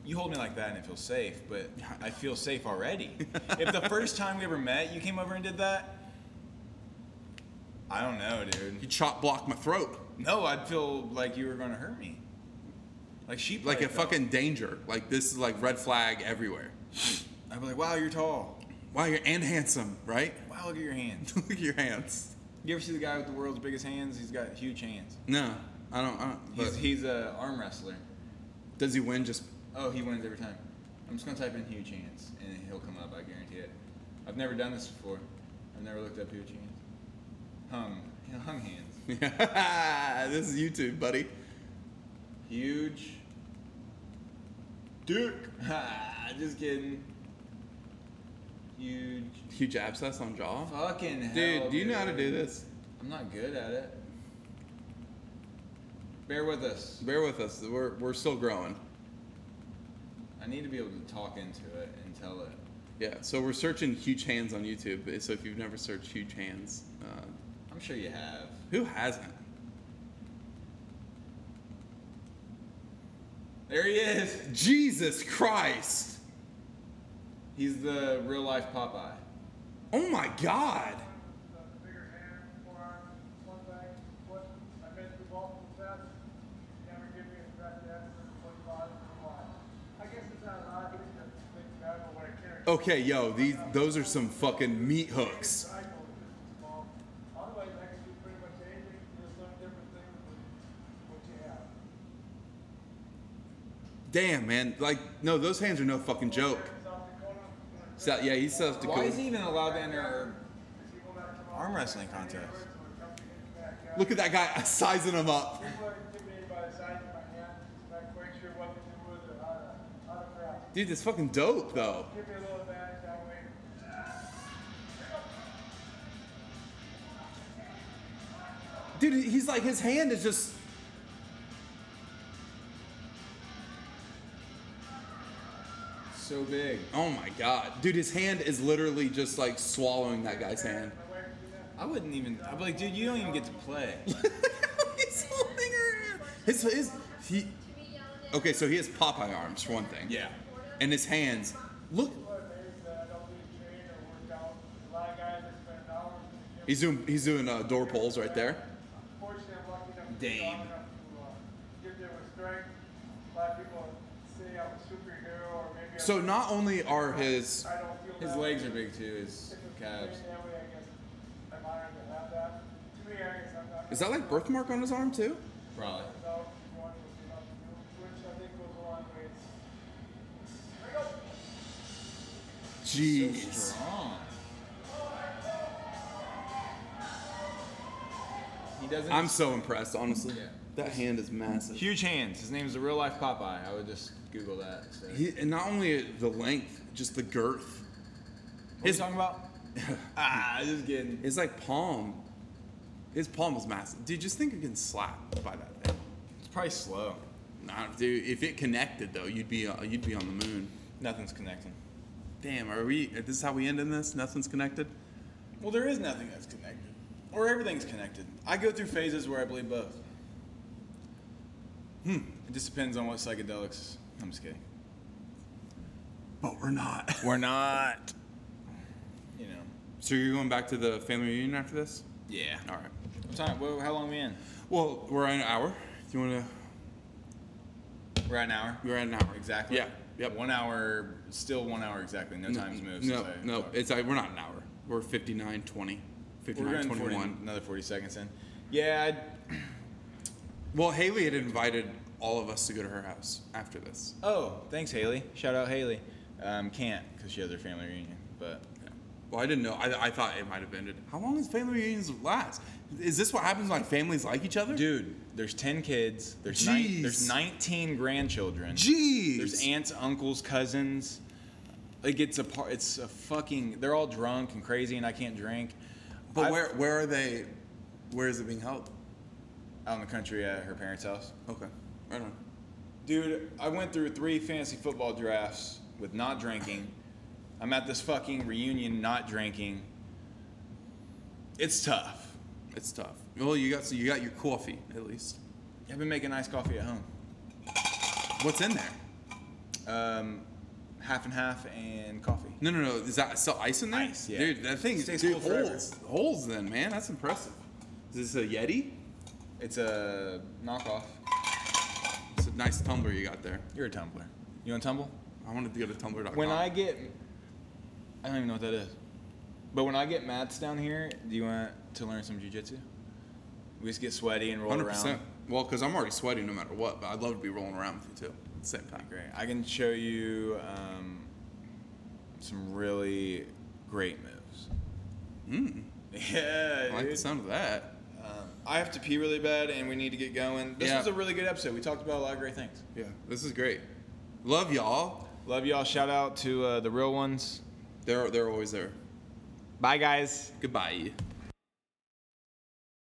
Speaker 2: You hold me like that and it feels safe, but I feel safe already. if the first time we ever met, you came over and did that, I don't know,
Speaker 1: You
Speaker 2: dude.
Speaker 1: chop block my throat
Speaker 2: No, I'd feel like you were gonna hurt me. Like she,
Speaker 1: like
Speaker 2: probably
Speaker 1: a
Speaker 2: felt-
Speaker 1: fucking danger. Like this is like red flag everywhere.
Speaker 2: I'd be like, wow, you're tall.
Speaker 1: Wow, you're and handsome, right?
Speaker 2: Wow, look at your hands.
Speaker 1: Look at your hands.
Speaker 2: You ever see the guy with the world's biggest hands? He's got huge hands.
Speaker 1: No, I don't. I don't but
Speaker 2: He's he's a arm wrestler.
Speaker 1: does he win? Just
Speaker 2: Oh, he wins every time. I'm just gonna type in huge hands and he'll come up. I guarantee it. I've never done this before. I've never looked up huge hands. Hung, hung hands.
Speaker 1: this is YouTube, buddy.
Speaker 2: Huge. Duke. just kidding. Huge.
Speaker 1: Huge abscess on jaw.
Speaker 2: Fucking hell.
Speaker 1: Dude, do you know how to do
Speaker 2: dude.
Speaker 1: this?
Speaker 2: I'm not good at it. Bear with us.
Speaker 1: Bear with us. We're, we're still growing.
Speaker 2: I need to be able to talk into it and tell it.
Speaker 1: Yeah. So we're searching huge hands on YouTube. So if you've never searched huge hands, uh,
Speaker 2: I'm sure you have.
Speaker 1: who hasn't?
Speaker 2: There he is.
Speaker 1: Jesus Christ!
Speaker 2: He's the real life Popeye.
Speaker 1: Oh my God!
Speaker 3: Bigger hand, forearm, one leg, foot. I made the multiple sets. Never give me a correct answer. What causes the why? I guess it's not obvious that it's big battle when I carry.
Speaker 1: Okay, yo, these those are some fucking meat hooks.
Speaker 3: Cycle is just small. Otherwise, I can do pretty much anything. There's no different thing with what you have.
Speaker 1: Damn, man. Like, no, those hands are no fucking joke. So,
Speaker 3: South Dakota, you know,
Speaker 1: yeah, he's South
Speaker 2: Why is
Speaker 1: Dakota.
Speaker 2: he even allowed to enter our
Speaker 3: if you go back to my
Speaker 2: arm wrestling contest?
Speaker 3: so it comes to getting back out.
Speaker 1: Look at that guy sizing him up.
Speaker 3: People are intimidated by the size of my hand. Not quite sure what to do with it, how to, how to grasp.
Speaker 1: Dude, that's fucking dope though.
Speaker 3: Give me a little advantage that way.
Speaker 1: Dude, he's like his hand is just.
Speaker 2: so big?
Speaker 1: Oh my god, dude, his hand is literally just like swallowing that guy's hand.
Speaker 2: I wouldn't even. I'd be like, dude, you don't even get to play.
Speaker 1: He's holding her hand. His his he. Okay, so he has Popeye arms for one thing.
Speaker 2: yeah.
Speaker 1: And his hands. Look, he's doing he's doing uh, door pulls right there.
Speaker 2: Dame.
Speaker 3: uh,
Speaker 1: So not only are his
Speaker 2: His legs are big too. His calves.
Speaker 1: is that like birthmark on his arm too?
Speaker 2: Probably.
Speaker 1: Jeez.
Speaker 2: Strong. He doesn't.
Speaker 1: I'm so impressed, honestly.
Speaker 2: Yeah.
Speaker 1: That hand is massive.
Speaker 2: Huge hands. His name is the real life Popeye. I would just Google that. So.
Speaker 1: He, and not only the length, just the girth.
Speaker 2: what are
Speaker 1: His
Speaker 2: we talking about? ah, just kidding.
Speaker 1: his like palm, his palm is massive. Dude, just think of getting slapped by that thing.
Speaker 2: It's probably slow.
Speaker 1: Nah, dude, if it connected though, you'd be uh, you'd be on the moon.
Speaker 2: Nothing's connecting.
Speaker 1: Damn, are we? uh, This is how we end in this. Nothing's connected.
Speaker 2: Well, there is nothing that's connected, or everything's connected. I go through phases where I believe both. Hmm. It just depends on what psychedelics. I'm just kidding.
Speaker 1: But we're not.
Speaker 2: We're not. You know.
Speaker 1: So you're going back to the family reunion after this?
Speaker 2: Yeah.
Speaker 1: All right.
Speaker 2: What time? Well, how long we in?
Speaker 1: Well, we're at an hour. Do you want to?
Speaker 2: We're at an hour.
Speaker 1: We're at an hour.
Speaker 2: Exactly.
Speaker 1: Yeah. Yep.
Speaker 2: One hour. Still one hour exactly. No, times moved.
Speaker 1: No,
Speaker 2: since I
Speaker 1: no,
Speaker 2: talked.
Speaker 1: it's like we're not an hour. We're 59, 20,
Speaker 2: we're
Speaker 1: 59,
Speaker 2: going 40,
Speaker 1: 21.
Speaker 2: another 40 seconds in. Yeah. I'd,
Speaker 1: Well, Haley had invited all of us to go to her house after this.
Speaker 2: oh, thanks, Haley. Shout out Haley. Um, can't because she has her family reunion, but.
Speaker 1: Yeah. Well, I didn't know. I, I thought it might have ended. How long does family reunions last? Is this what happens when like, families like each other?
Speaker 2: Dude, there's ten kids. There's nine,
Speaker 1: Jeez.
Speaker 2: there's nineteen grandchildren.
Speaker 1: Jeez.
Speaker 2: There's aunts, uncles, cousins. Like it's a part. It's a fucking. They're all drunk and crazy, and I can't drink.
Speaker 1: But
Speaker 2: I-
Speaker 1: where where are they? Where is it being held?
Speaker 2: Out in the country at her parents' house.
Speaker 1: Okay, right on.
Speaker 2: Dude, I went through three fantasy football drafts with not drinking. I'm at this fucking reunion not drinking. It's tough.
Speaker 1: It's tough. Well, you got so you got your coffee at least.
Speaker 2: I've been making iced coffee at home.
Speaker 1: What's in there?
Speaker 2: Um, half and half and coffee.
Speaker 1: No, no, no. Is that still ice in there?
Speaker 2: Ice, yeah.
Speaker 1: Dude, that thing
Speaker 2: Stays
Speaker 1: dude,
Speaker 2: cool forever.
Speaker 1: holds holds. Then man, that's impressive. Is this a Yeti?
Speaker 2: It's a knockoff.
Speaker 1: It's a nice tumbler you got there.
Speaker 2: You're a tumbler. You want to tumble?
Speaker 1: I wanted to go to tumbler.com.
Speaker 2: When I get, I don't even know what that is. But when I get mats down here, do you want to learn some jujitsu? We just get sweaty and roll
Speaker 1: hundred
Speaker 2: around.
Speaker 1: percent. Well, because I'm already sweating no matter what, but I'd love to be rolling around with you too at the same time.
Speaker 2: Great. I can show you um, some really great moves.
Speaker 1: Mm,
Speaker 2: Yeah,
Speaker 1: I like the sound of that.
Speaker 2: Um, I have to pee really bad, and we need to get going. This
Speaker 1: Yeah.
Speaker 2: was a really good episode. We talked about a lot of great things.
Speaker 1: Yeah, this is great. Love y'all.
Speaker 2: Love y'all. Shout out to uh, the real ones.
Speaker 1: They're they're always there.
Speaker 2: Bye, guys.
Speaker 1: Goodbye.